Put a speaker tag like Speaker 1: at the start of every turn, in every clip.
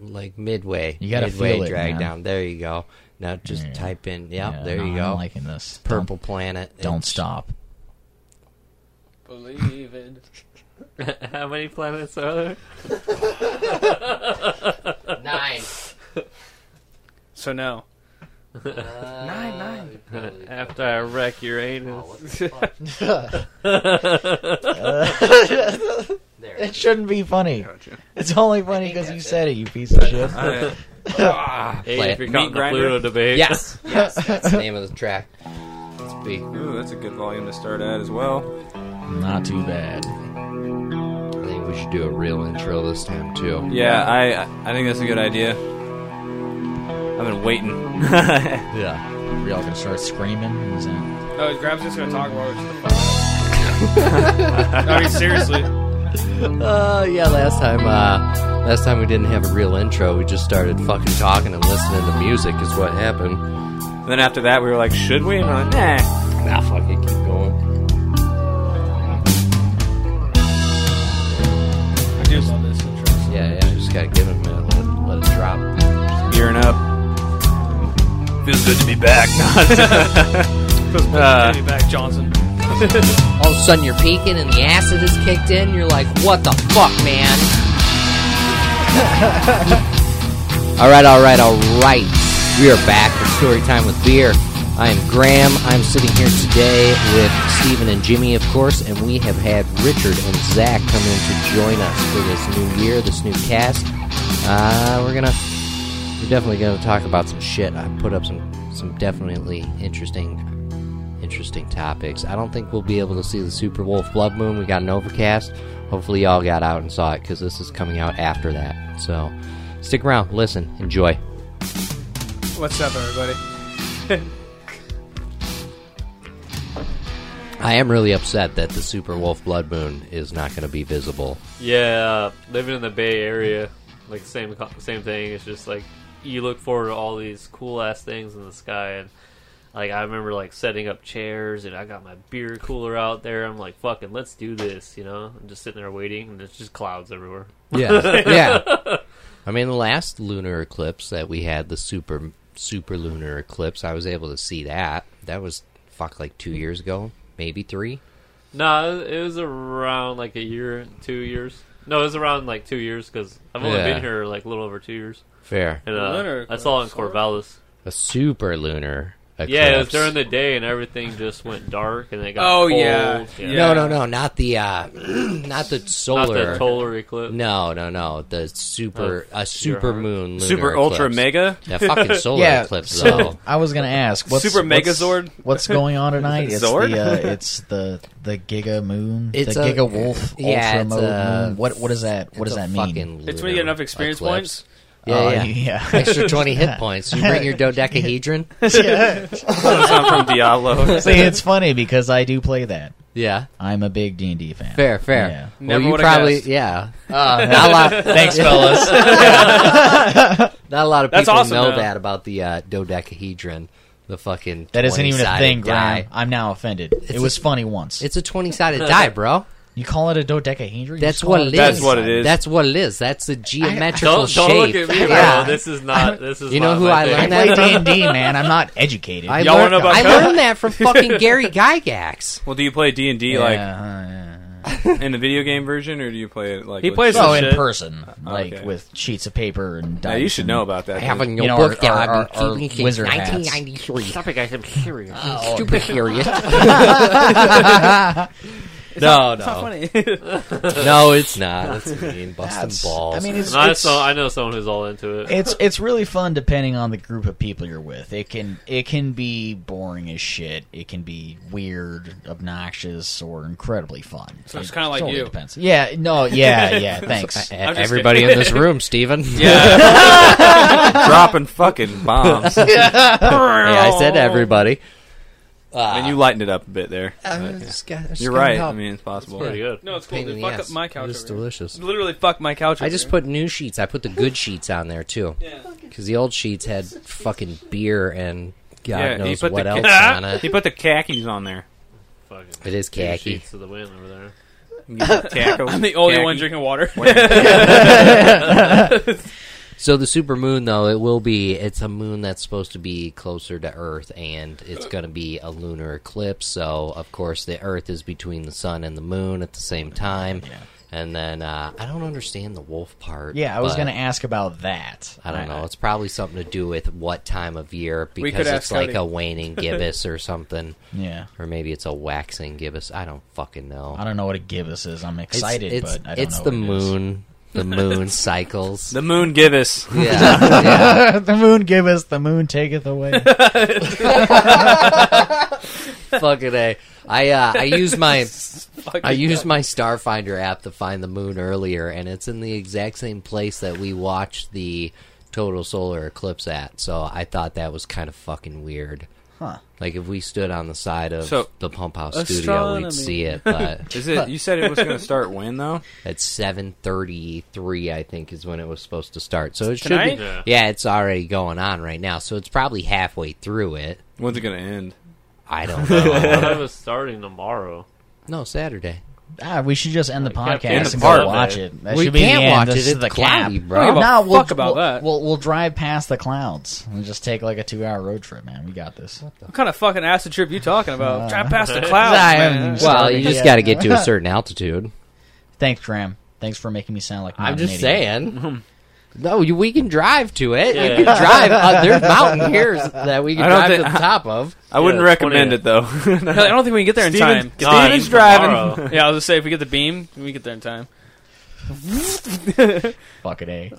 Speaker 1: like midway.
Speaker 2: You gotta
Speaker 1: midway
Speaker 2: feel it,
Speaker 1: drag
Speaker 2: man.
Speaker 1: down. There you go. Now just
Speaker 2: Yeah.
Speaker 1: type in. Yep,
Speaker 2: Yeah,
Speaker 1: there
Speaker 2: no,
Speaker 1: you
Speaker 2: I'm
Speaker 1: go.
Speaker 2: liking this.
Speaker 1: Purple planet.
Speaker 2: Don't, don't
Speaker 1: It's-
Speaker 2: stop.
Speaker 3: Believe Believing.
Speaker 4: How many planets are there?
Speaker 1: Nine.
Speaker 3: So no.
Speaker 1: nine, nine.
Speaker 4: After I wreck Uranus.
Speaker 2: It shouldn't be funny.
Speaker 3: Gotcha.
Speaker 2: It's only funny because you said it, you piece of shit.
Speaker 3: All right.
Speaker 4: Hey, if you're caught in the
Speaker 3: grinder?
Speaker 4: Pluto debate.
Speaker 1: Yes, yes, that's the name of the track. Let's be.
Speaker 3: Ooh, that's a good volume to start at as well.
Speaker 2: Not too bad.
Speaker 1: I think we should do a real intro this time too.
Speaker 3: Yeah, I I think that's a good idea. I've been waiting. oh,
Speaker 2: Yeah. We all gonna start screaming? Is that-
Speaker 3: Grab's just gonna talk about I mean, seriously.
Speaker 1: Uh, yeah. Last time, uh, last time we didn't have a real intro. We just started fucking talking and listening to music. Is what happened.
Speaker 3: then after that, we were like, should we? And we're like, nah.
Speaker 1: Nah, fuck it. Keep going.
Speaker 3: I do love this intro.
Speaker 1: Yeah, yeah. Just gotta give it a minute. Let it, let it drop.
Speaker 3: Gearing up. Feels good to be back. Feels good to be back, Johnson.
Speaker 1: All of a sudden, you're peaking and the acid is kicked in. You're like, what the fuck, man? all right, all right, all right. We are back for story time with beer. I am Graham. I'm sitting here today with Stephen and Jimmy, of course, and we have had Richard and Zach come in to join us for this new year, this new cast. Uh, we're gonna, we're definitely gonna talk about some shit. I put up some, some definitely interesting interesting topics. I don't think we'll be able to see the Super Wolf Blood Moon. We got an overcast. Hopefully, y'all got out and saw it because this is coming out after that. So stick around, listen, enjoy.
Speaker 3: What's up, everybody?
Speaker 1: I am really upset that the Super Wolf Blood Moon is not going to be visible.
Speaker 4: Yeah, living in the Bay Area, like same co- same thing. It's just like you look forward to all these cool ass things in the sky, and like I remember like setting up chairs, and I got my beer cooler out there. I'm like, fucking, let's do this, you know? I'm just sitting there waiting, and there's just clouds everywhere.
Speaker 1: Yeah, yeah. I mean, the last lunar eclipse that we had, the super super lunar eclipse, I was able to see that. That was fuck like two years ago, maybe three.
Speaker 4: No, it was around like a year, two years. No, it was around like two years because I've only
Speaker 1: Yeah.
Speaker 4: been here like a little over two years,
Speaker 1: Fair,
Speaker 4: and uh,
Speaker 3: Lunar
Speaker 4: I saw it in
Speaker 3: eclipse.
Speaker 4: Corvallis.
Speaker 1: a super lunar. Eclipse.
Speaker 4: Yeah, it was during the day, and everything just went dark, and it got
Speaker 3: Oh,
Speaker 4: cold.
Speaker 3: yeah. Yeah.
Speaker 1: No, no, no, not the uh, not the solar.
Speaker 4: Not the total eclipse.
Speaker 1: No, no, no. The super
Speaker 4: Oh,
Speaker 1: a super
Speaker 4: your heart.
Speaker 1: moon, lunar
Speaker 3: Super Ultra
Speaker 1: eclipse.
Speaker 3: Mega?
Speaker 1: That fucking solar
Speaker 2: Yeah,
Speaker 1: eclipse,
Speaker 2: so-
Speaker 1: though.
Speaker 2: I was gonna ask. What's,
Speaker 3: Super
Speaker 2: what's-
Speaker 3: Megazord?
Speaker 2: What's going on tonight? It's
Speaker 3: Zord?
Speaker 2: the uh, it's the the Giga Moon,
Speaker 1: It's a-
Speaker 2: the
Speaker 1: uh,
Speaker 2: Giga Wolf,
Speaker 1: yeah,
Speaker 2: Ultra
Speaker 1: it's
Speaker 2: Mode
Speaker 1: a-
Speaker 2: Moon. What what does that? What does that
Speaker 1: It's a
Speaker 2: mean?
Speaker 1: fucking
Speaker 3: It's when you get
Speaker 1: lunar
Speaker 3: enough experience
Speaker 1: eclipse.
Speaker 3: points.
Speaker 1: Yeah,
Speaker 2: Oh,
Speaker 1: yeah.
Speaker 2: yeah.
Speaker 1: Extra twenty hit points. You bring your dodecahedron.
Speaker 3: That's not from Diablo.
Speaker 2: See, it's funny because I do play that.
Speaker 1: Yeah,
Speaker 2: I'm a big D and D fan.
Speaker 1: fair, fair.
Speaker 2: Yeah.
Speaker 1: Well,
Speaker 3: Never
Speaker 1: you
Speaker 3: would've
Speaker 1: probably
Speaker 3: guessed.
Speaker 1: yeah. Uh, not a lot.
Speaker 2: Thanks, fellas.
Speaker 1: Not a lot of
Speaker 3: That's
Speaker 1: people
Speaker 3: awesome,
Speaker 1: know
Speaker 3: though.
Speaker 1: that about the uh, dodecahedron. The fucking
Speaker 2: That isn't even a
Speaker 1: 20-sided
Speaker 2: thing,
Speaker 1: die.
Speaker 2: Graham. I'm now offended. it was funny once.
Speaker 1: It's a twenty sided die, bro.
Speaker 2: you call it a dodecahedron? You
Speaker 1: That's
Speaker 2: just call
Speaker 1: what it is.
Speaker 3: That's what it is.
Speaker 1: That's what it is. That's the geometrical
Speaker 4: Don't,
Speaker 1: shape.
Speaker 4: don't look at me, bro.
Speaker 1: Yeah.
Speaker 4: This is not. This is.
Speaker 1: You know
Speaker 4: not
Speaker 1: who
Speaker 4: my
Speaker 1: I
Speaker 4: thing.
Speaker 2: I
Speaker 1: learned
Speaker 2: play D and D, man. I'm not educated.
Speaker 1: I,
Speaker 3: Y'all
Speaker 1: learned,
Speaker 3: wanna
Speaker 1: I
Speaker 3: buck up?
Speaker 1: learned that from fucking Gary Gygax.
Speaker 3: well, do you play D and D
Speaker 2: Yeah, uh,
Speaker 3: like
Speaker 2: yeah, yeah.
Speaker 3: in the video game version, or do you play it like
Speaker 4: He
Speaker 3: with-
Speaker 4: plays-
Speaker 2: Oh,
Speaker 4: some
Speaker 2: in
Speaker 4: shit.
Speaker 2: person, like
Speaker 3: okay.
Speaker 2: with sheets of paper and.
Speaker 3: Yeah,
Speaker 2: dice
Speaker 3: you should
Speaker 2: and-
Speaker 3: know about that.
Speaker 1: I have a
Speaker 3: dude.
Speaker 2: You know,
Speaker 1: notebook
Speaker 2: our-
Speaker 1: that
Speaker 2: our-
Speaker 1: I've
Speaker 2: our
Speaker 1: been keeping since
Speaker 2: wizard hats.
Speaker 1: 1993.
Speaker 4: Stop it, guys. I'm serious.
Speaker 1: Stupid period. no, no, no, it's not. That's mean. Busting
Speaker 2: That's-
Speaker 1: balls.
Speaker 2: I mean, it's,
Speaker 4: And I,
Speaker 2: it's,
Speaker 4: saw- I know someone who's all into it.
Speaker 2: it's it's really fun depending on the group of people you're with. It can it can be boring as shit. It can be weird, obnoxious, or incredibly fun.
Speaker 3: So it's
Speaker 2: It
Speaker 3: kinda like
Speaker 2: totally
Speaker 3: you.
Speaker 2: Depends. Yeah. No. Yeah. Yeah. Thanks.
Speaker 1: E-
Speaker 3: just
Speaker 1: everybody in
Speaker 3: kidding.
Speaker 1: this room, Steven.
Speaker 3: Yeah. Dropping fucking bombs.
Speaker 1: Hey, I said everybody.
Speaker 3: And you lightened it up a bit there. You're right. I mean, it's possible.
Speaker 4: Pretty good.
Speaker 3: No, it's cool.
Speaker 1: Pain in
Speaker 3: Dude,
Speaker 1: the
Speaker 3: fuck
Speaker 1: ass.
Speaker 3: up my couch.
Speaker 1: It was
Speaker 3: over here.
Speaker 1: delicious.
Speaker 3: Literally, fuck my couch.
Speaker 1: I
Speaker 3: over
Speaker 1: just
Speaker 3: here.
Speaker 1: put new sheets. I put the good sheets on there too,
Speaker 3: Yeah.
Speaker 1: because the old sheets had fucking beer and God
Speaker 3: Yeah, he
Speaker 1: knows
Speaker 3: put
Speaker 1: what
Speaker 3: the
Speaker 1: else
Speaker 3: ca-
Speaker 1: on it.
Speaker 3: He put the khakis on there.
Speaker 4: Fucking
Speaker 1: It is
Speaker 4: two
Speaker 1: khaki.
Speaker 4: sheets to the wind over there.
Speaker 3: I'm
Speaker 5: the only one drinking water.
Speaker 1: So the super moon, though, it will be. It's a moon that's supposed to be closer to Earth, and it's going to be a lunar eclipse. So of course, the Earth is between the sun and the moon at the same time.
Speaker 2: Yeah.
Speaker 1: And then uh, I don't understand the wolf part.
Speaker 2: Yeah, I was
Speaker 1: but
Speaker 2: going to ask about that.
Speaker 1: I don't know. It's probably something to do with what time of year
Speaker 5: could
Speaker 1: because it's
Speaker 5: ask
Speaker 1: like
Speaker 5: Cody.
Speaker 1: a waning gibbous or something,
Speaker 2: Yeah.
Speaker 1: or maybe it's a waxing gibbous. I don't fucking know.
Speaker 2: I don't know what a gibbous is. I'm excited,
Speaker 1: it's, it's,
Speaker 2: but I don't
Speaker 1: it's
Speaker 2: know
Speaker 1: the
Speaker 2: what it is.
Speaker 1: moon. The moon cycles.
Speaker 5: The moon give us.
Speaker 1: yeah, yeah.
Speaker 2: the moon giveth, the moon taketh away.
Speaker 1: Fucking a. I uh, I used my I used my Starfinder app to find the moon earlier, and it's in the exact same place that we watched the total solar eclipse at. So I thought that was kind of fucking weird.
Speaker 2: Huh.
Speaker 1: Like if we stood on the side of
Speaker 5: So,
Speaker 1: the pump house studio,
Speaker 5: astronomy.
Speaker 1: we'd see it. But
Speaker 5: Is it? You said it was going to start when though?
Speaker 1: at seven thirty-three, I think is when it was supposed to start. So it
Speaker 5: Tonight?
Speaker 1: should be.
Speaker 4: Yeah.
Speaker 1: Yeah, it's already going on right now. So it's probably halfway through it.
Speaker 5: When's it going to end?
Speaker 1: I don't know.
Speaker 4: I was starting tomorrow.
Speaker 1: no, Saturday.
Speaker 2: ah, we should just end the
Speaker 4: can't
Speaker 2: podcast
Speaker 5: the
Speaker 2: and
Speaker 5: part.
Speaker 2: go watch it. That
Speaker 1: We
Speaker 2: should be
Speaker 1: can't
Speaker 2: the end.
Speaker 1: watch
Speaker 2: This
Speaker 1: it.
Speaker 2: is
Speaker 1: It's
Speaker 2: the
Speaker 1: cloudy,
Speaker 2: cap.
Speaker 1: bro. I don't
Speaker 5: give a
Speaker 2: No, we'll,
Speaker 5: fuck about
Speaker 2: we'll,
Speaker 5: that.
Speaker 2: We'll, we'll drive past the clouds. We'll just take like a two-hour road trip, man. We got this.
Speaker 5: What kind of fucking acid trip you talking about?
Speaker 1: Uh,
Speaker 5: Drive past the
Speaker 2: I
Speaker 5: clouds,
Speaker 2: haven't
Speaker 5: man.
Speaker 2: even
Speaker 1: Well,
Speaker 2: started
Speaker 1: Oh, you just
Speaker 2: yet.
Speaker 1: got to get to a certain altitude.
Speaker 2: Thanks, Graham. Thanks for making me sound like
Speaker 1: I'm
Speaker 2: an
Speaker 1: just
Speaker 2: idiot.
Speaker 1: saying. No, you, we can drive to it.
Speaker 4: Yeah.
Speaker 1: You can drive. Uh, there's mountain piers that we can
Speaker 5: I don't
Speaker 1: drive to
Speaker 5: thi-
Speaker 1: the top of.
Speaker 5: I wouldn't
Speaker 4: Yeah,
Speaker 5: recommend it though.
Speaker 6: I don't think we can get there in
Speaker 5: Steven-
Speaker 6: time.
Speaker 4: Nine
Speaker 5: Steven's driving.
Speaker 4: tomorrow.
Speaker 6: Yeah, I was just say if we get the beam, we get there in time.
Speaker 2: Fuck it, a.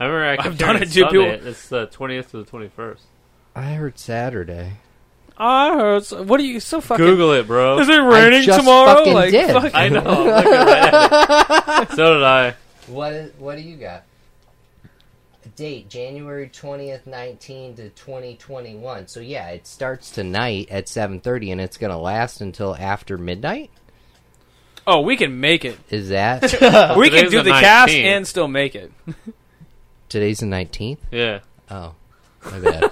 Speaker 4: I remember I
Speaker 6: I've
Speaker 4: kept
Speaker 6: done
Speaker 4: hearing
Speaker 6: it, too, people.
Speaker 4: Sunday. It's the twentieth to the twenty-first.
Speaker 1: I heard Saturday.
Speaker 6: I heard. so- What are you so fucking?
Speaker 4: Google it, bro.
Speaker 6: Is it
Speaker 1: I
Speaker 6: raining
Speaker 1: just
Speaker 6: tomorrow?
Speaker 1: fucking
Speaker 6: Like
Speaker 1: did.
Speaker 6: fuck.
Speaker 4: I know. I'm looking at it. so did I.
Speaker 1: What is, What do you got? Date January twentieth, nineteen to twenty twenty one. So yeah, it starts tonight at seven thirty, and it's gonna last until after midnight.
Speaker 6: Oh, we can make it.
Speaker 1: Is that
Speaker 6: we can
Speaker 4: today's
Speaker 6: do
Speaker 4: the
Speaker 6: the, cast
Speaker 4: 19th.
Speaker 6: and still make it.
Speaker 1: today's the nineteenth?
Speaker 4: Yeah.
Speaker 1: Oh, my bad.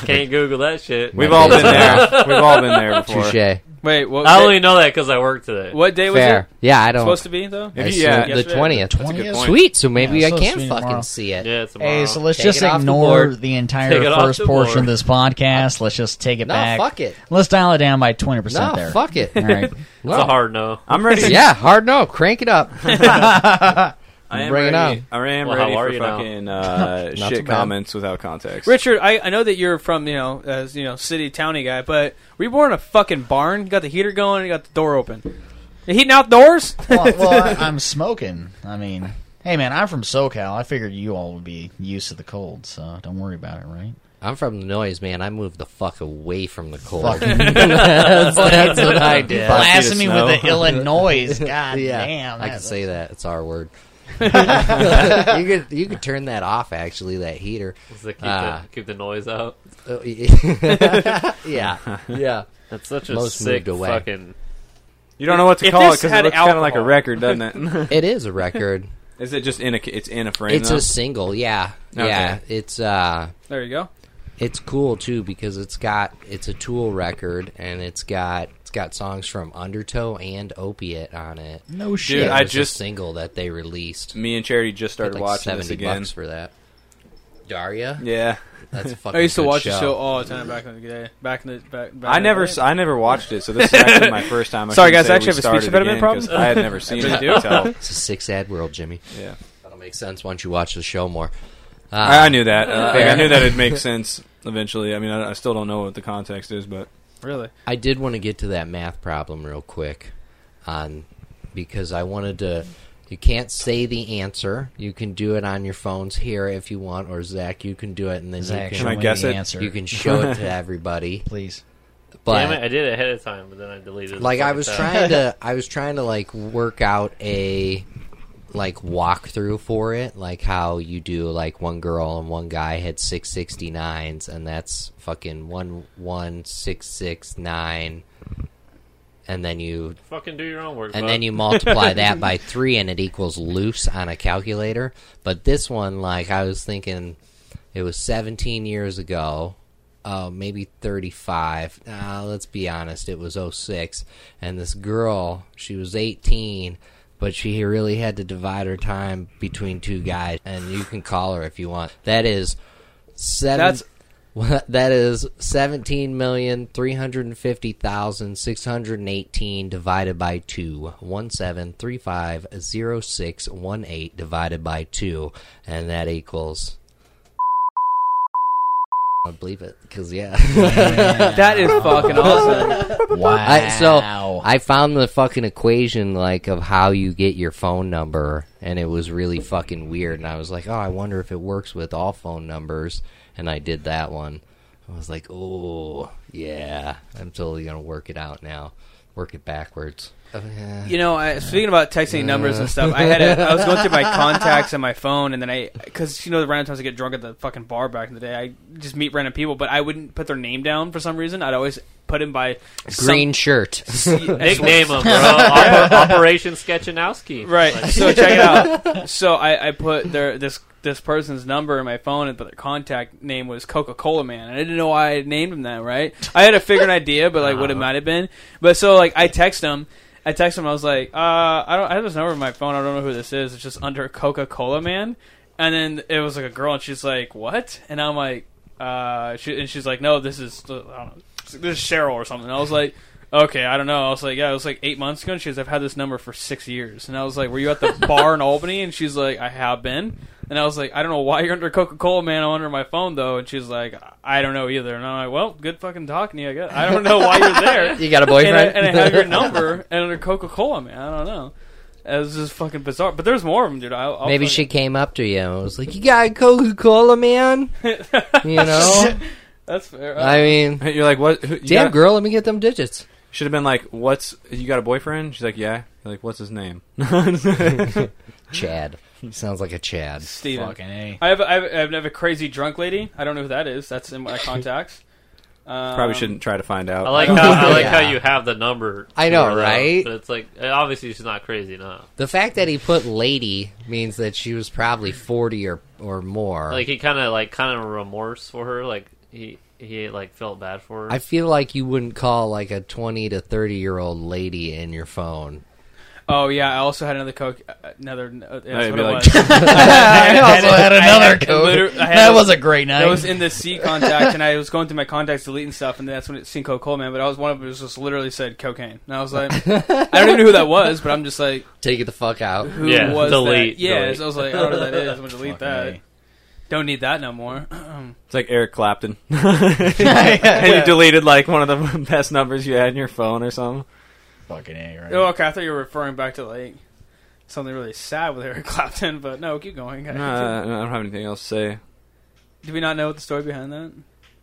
Speaker 4: Can't Google that shit.
Speaker 5: We've all been there. We've all been there before.
Speaker 1: Touche.
Speaker 6: Wait, what?
Speaker 4: I
Speaker 6: day-
Speaker 4: only know that because I worked today.
Speaker 6: what day was
Speaker 1: Fair. Yeah, I
Speaker 6: it
Speaker 1: don't.
Speaker 6: supposed to be though?
Speaker 5: If
Speaker 1: I
Speaker 5: you-
Speaker 1: assume
Speaker 5: yeah,
Speaker 1: uh, the
Speaker 6: yesterday.
Speaker 1: twentieth.
Speaker 5: a good
Speaker 2: 20th?
Speaker 5: point.
Speaker 1: Sweet. So maybe
Speaker 2: Yeah,
Speaker 1: I
Speaker 2: so
Speaker 1: can
Speaker 2: sweet
Speaker 1: fucking
Speaker 2: tomorrow.
Speaker 1: see it.
Speaker 4: Yeah, tomorrow.
Speaker 2: Hey, so let's
Speaker 1: Take
Speaker 2: just
Speaker 1: it off the
Speaker 2: ignore
Speaker 1: board.
Speaker 2: the, entire
Speaker 4: Take it off
Speaker 2: first
Speaker 4: the
Speaker 2: portion of
Speaker 4: board.
Speaker 2: this podcast. Let's just take it
Speaker 1: No,
Speaker 2: back.
Speaker 1: fuck it.
Speaker 2: Let's dial it down by twenty
Speaker 1: No,
Speaker 2: percent there.
Speaker 1: fuck it.
Speaker 2: All right.
Speaker 4: it's a hard no.
Speaker 5: I'm ready.
Speaker 1: yeah, hard no. Crank it up.
Speaker 5: I am
Speaker 1: Bring it
Speaker 5: ready.
Speaker 1: on.
Speaker 5: I am
Speaker 4: Well, how
Speaker 5: ready
Speaker 4: are
Speaker 5: for
Speaker 4: you now?
Speaker 5: fucking uh,
Speaker 1: so
Speaker 5: shit
Speaker 1: bad.
Speaker 5: comments without context.
Speaker 6: Richard, I, I know that you're from you know as you know city towny guy, but we were in a fucking barn. You got the heater going. You got the door open. You heating outdoors?
Speaker 2: well, well, I, I'm smoking. I mean, hey, man, I'm from SoCal. I figured you all would be used to the cold, so don't worry about it, right?
Speaker 1: I'm from the noise, man. I moved the fuck away from the cold. that's, that's what I did.
Speaker 2: Blasting me
Speaker 5: snow.
Speaker 2: with the Illinois. God
Speaker 1: Yeah,
Speaker 2: damn.
Speaker 1: I
Speaker 2: that-
Speaker 1: can say that. It's our word. you could you could turn that off. Actually, that heater.
Speaker 4: It's to keep,
Speaker 1: Ah.
Speaker 4: the, keep the noise out.
Speaker 1: Oh, yeah, yeah.
Speaker 4: That's such a
Speaker 1: Most
Speaker 4: sick
Speaker 1: moved away.
Speaker 4: fucking.
Speaker 5: You don't know what to
Speaker 6: If
Speaker 5: call it
Speaker 6: this
Speaker 5: because it
Speaker 6: had
Speaker 5: looks kind of like a
Speaker 6: alcohol.
Speaker 5: record, doesn't it?
Speaker 1: It is a record.
Speaker 5: Is it just in a? It's in a frame.
Speaker 1: it's
Speaker 5: though?
Speaker 1: a single. Yeah,
Speaker 5: Okay.
Speaker 1: yeah. It's uh,
Speaker 6: there you go.
Speaker 1: it's cool too because it's got it's a Tool record and it's got it's got songs from Undertow and Opiate on it.
Speaker 2: No
Speaker 5: Dude,
Speaker 2: shit.
Speaker 1: It
Speaker 5: I
Speaker 1: was a
Speaker 5: just-
Speaker 1: single that they released.
Speaker 5: Me and Charity just
Speaker 1: Paid
Speaker 5: started
Speaker 1: like
Speaker 5: watching this
Speaker 1: seventy
Speaker 5: again.
Speaker 1: bucks for that. Daria,
Speaker 5: Yeah,
Speaker 1: that's a fucking.
Speaker 6: I used to
Speaker 1: good
Speaker 6: watch
Speaker 1: show.
Speaker 6: the show all the time back in the day. Back in the back. back
Speaker 5: I
Speaker 6: in the
Speaker 5: never,
Speaker 6: day.
Speaker 5: s- I never watched it, so this is actually my first time. I
Speaker 6: Sorry,
Speaker 5: shouldn't
Speaker 6: guys,
Speaker 5: say
Speaker 6: I actually
Speaker 5: we
Speaker 6: have a speech
Speaker 5: started
Speaker 6: impediment
Speaker 5: again,
Speaker 6: problem.
Speaker 5: 'cause I had never seen it.
Speaker 6: do. Oh.
Speaker 5: until-
Speaker 1: It's a six ad world, Jimmy.
Speaker 5: Yeah,
Speaker 1: That'll make sense once you watch the show more. Uh,
Speaker 5: I, I knew that. Uh, like, I
Speaker 1: fair.
Speaker 5: knew that it'd make sense eventually. I mean, I, I still don't know what the context is, but
Speaker 6: really.
Speaker 1: I did want to get to that math problem real quick on because I wanted to you can't say the answer. You can do it on your phones here if you want, or Zach, you can do it and then
Speaker 2: Is actually
Speaker 1: you,
Speaker 5: Can I
Speaker 1: can,
Speaker 2: the
Speaker 5: guess it?
Speaker 2: answer.
Speaker 1: you can show it to everybody.
Speaker 2: please.
Speaker 1: But
Speaker 4: Damn it, I did it ahead of time, but then I deleted it.
Speaker 1: like I
Speaker 4: Fucking
Speaker 1: was
Speaker 4: time.
Speaker 1: trying to I was trying to like work out a like walkthrough for it, like how you do like one girl and one guy had six sixty nines and that's fucking one one six six nine and then you
Speaker 4: Fucking do your own work.
Speaker 1: and
Speaker 4: bud.
Speaker 1: then you multiply that by three and it equals loose on a calculator. But this one, like I was thinking, it was 17 years ago, uh, maybe 35. oh Uh, let's be honest, it was 06. And this girl, she was 18, but she really had to divide her time between two guys. And you can call her if you want. That is seven.
Speaker 6: That's-
Speaker 1: Well, that is seventeen million three hundred and fifty thousand six hundred and eighteen divided by two one seven three five zero six one eight divided by two, and that equals. I believe it because yeah.
Speaker 6: That is fucking awesome.
Speaker 2: Wow.
Speaker 1: I, so I found the fucking equation like of how you get your phone number, and it was really fucking weird. And I was like, oh, I wonder if it works with all phone numbers. And I did that one. I was like, oh yeah, I'm totally gonna work it out now. Work it backwards.
Speaker 5: Oh,
Speaker 6: You know, I, speaking about texting numbers and stuff, I had a, I was going through my contacts and my phone, and then I because you know the random times I get drunk at the fucking bar back in the day, I just meet random people, but I wouldn't put their name down for some reason. I'd always put him by some-
Speaker 1: Green shirt.
Speaker 4: Nickname him, bro. Oper- Operation Sketchinowski.
Speaker 6: Right. So check it out. So I, I put their this this person's number in my phone, but their contact name was Coca Cola Man, and I didn't know why I named him that. Right. I had a figured idea, but like what it might have been. But so like I text him. I text him. I was like, uh, I don't. I have this number in my phone. I don't know who this is. It's just under Coca Cola Man. And then it was like a girl, and she's like, "What?" And I'm like, uh, she, and she's like, "No, this is I don't know, this is Cheryl or something." And I was like, "Okay, I don't know." I was like, "Yeah, it was like eight months ago." And she goes, "I've had this number for six years." And I was like, "Were you at the bar in Albany?" And she's like, "I have been." And I was like, "I don't know why you're under Coca Cola, man. I'm under my phone though." And she's like, "I don't know either." And I'm like, "Well, good fucking talking to you. I guess I don't know why you're there."
Speaker 1: you got a
Speaker 6: and,
Speaker 1: boyfriend?
Speaker 6: I, and I have your number and under Coca Cola, man. I don't know. It was just fucking bizarre. But there's more of them, dude. I, I'll
Speaker 1: Maybe
Speaker 6: fucking-
Speaker 1: she came up to you and was like, "You got Coca Cola, man." you know,
Speaker 6: That's fair.
Speaker 1: I mean,
Speaker 5: You're like, what? Who, you
Speaker 1: damn
Speaker 5: got-
Speaker 1: girl, let me get them digits.
Speaker 5: Should have been like, what's you got a boyfriend? She's like, yeah. You're like, what's his name? That's
Speaker 1: Chad sounds like a Chad.
Speaker 6: Steven.
Speaker 2: fucking a.
Speaker 6: I have, I have I have a crazy drunk lady. I don't know who that is. That's in my contacts. Um,
Speaker 5: Probably shouldn't try to find out.
Speaker 4: I like how I like how
Speaker 1: Yeah.
Speaker 4: you have the number.
Speaker 1: I know,
Speaker 4: figured out.
Speaker 1: right?
Speaker 4: But it's like uh, obviously she's not crazy enough.
Speaker 1: The fact that he put lady means that she was probably 40 or or more.
Speaker 4: Like he kind of like kind of remorse for her. Like he he like felt bad for her.
Speaker 1: I feel like you wouldn't call like a 20 to 30 year old lady in your phone.
Speaker 6: Oh yeah, I also had another coke. Another. Uh, that's
Speaker 5: it'd
Speaker 6: what
Speaker 5: be
Speaker 6: it
Speaker 5: like-
Speaker 6: was.
Speaker 2: I
Speaker 1: also had another code.
Speaker 2: code.
Speaker 6: I had
Speaker 2: That
Speaker 6: a-
Speaker 2: was a great night.
Speaker 6: That was in the C contact, and I was going through my contacts, deleting stuff, and that's when it seen Coca Cola Man. But I was one of them was just literally said cocaine, and I was like, I don't even know who that was, but I'm just like,
Speaker 1: Take it the fuck out.
Speaker 6: who
Speaker 4: Yeah,
Speaker 6: was
Speaker 4: delete,
Speaker 6: that? Yeah,
Speaker 4: delete.
Speaker 6: so I was like, I don't know who that is. I'm gonna delete
Speaker 2: Fucking
Speaker 6: that.
Speaker 2: A.
Speaker 6: Don't need that no more. Oh,
Speaker 5: It's like Eric Clapton. and you deleted like one of the best numbers you had in your phone or something.
Speaker 2: Fucking A, right?
Speaker 6: Oh, okay. I thought you were referring back to like something really sad with Eric Clapton, but no, keep going.
Speaker 5: No, I I don't have anything else to say.
Speaker 6: Do we not know the story behind that?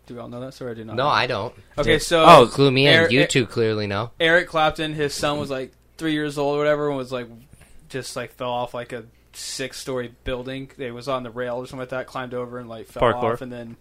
Speaker 6: Do we all know that story? Or do we not?
Speaker 1: No, I don't.
Speaker 6: Okay, so
Speaker 1: Oh, clue me in.
Speaker 6: Eric-
Speaker 1: you two clearly know.
Speaker 6: Eric Clapton, his son was like three years old or whatever, and was like just like fell off like a six-story building. They was on the rail or something like that, climbed over and like fell
Speaker 4: Parkour.
Speaker 6: off and then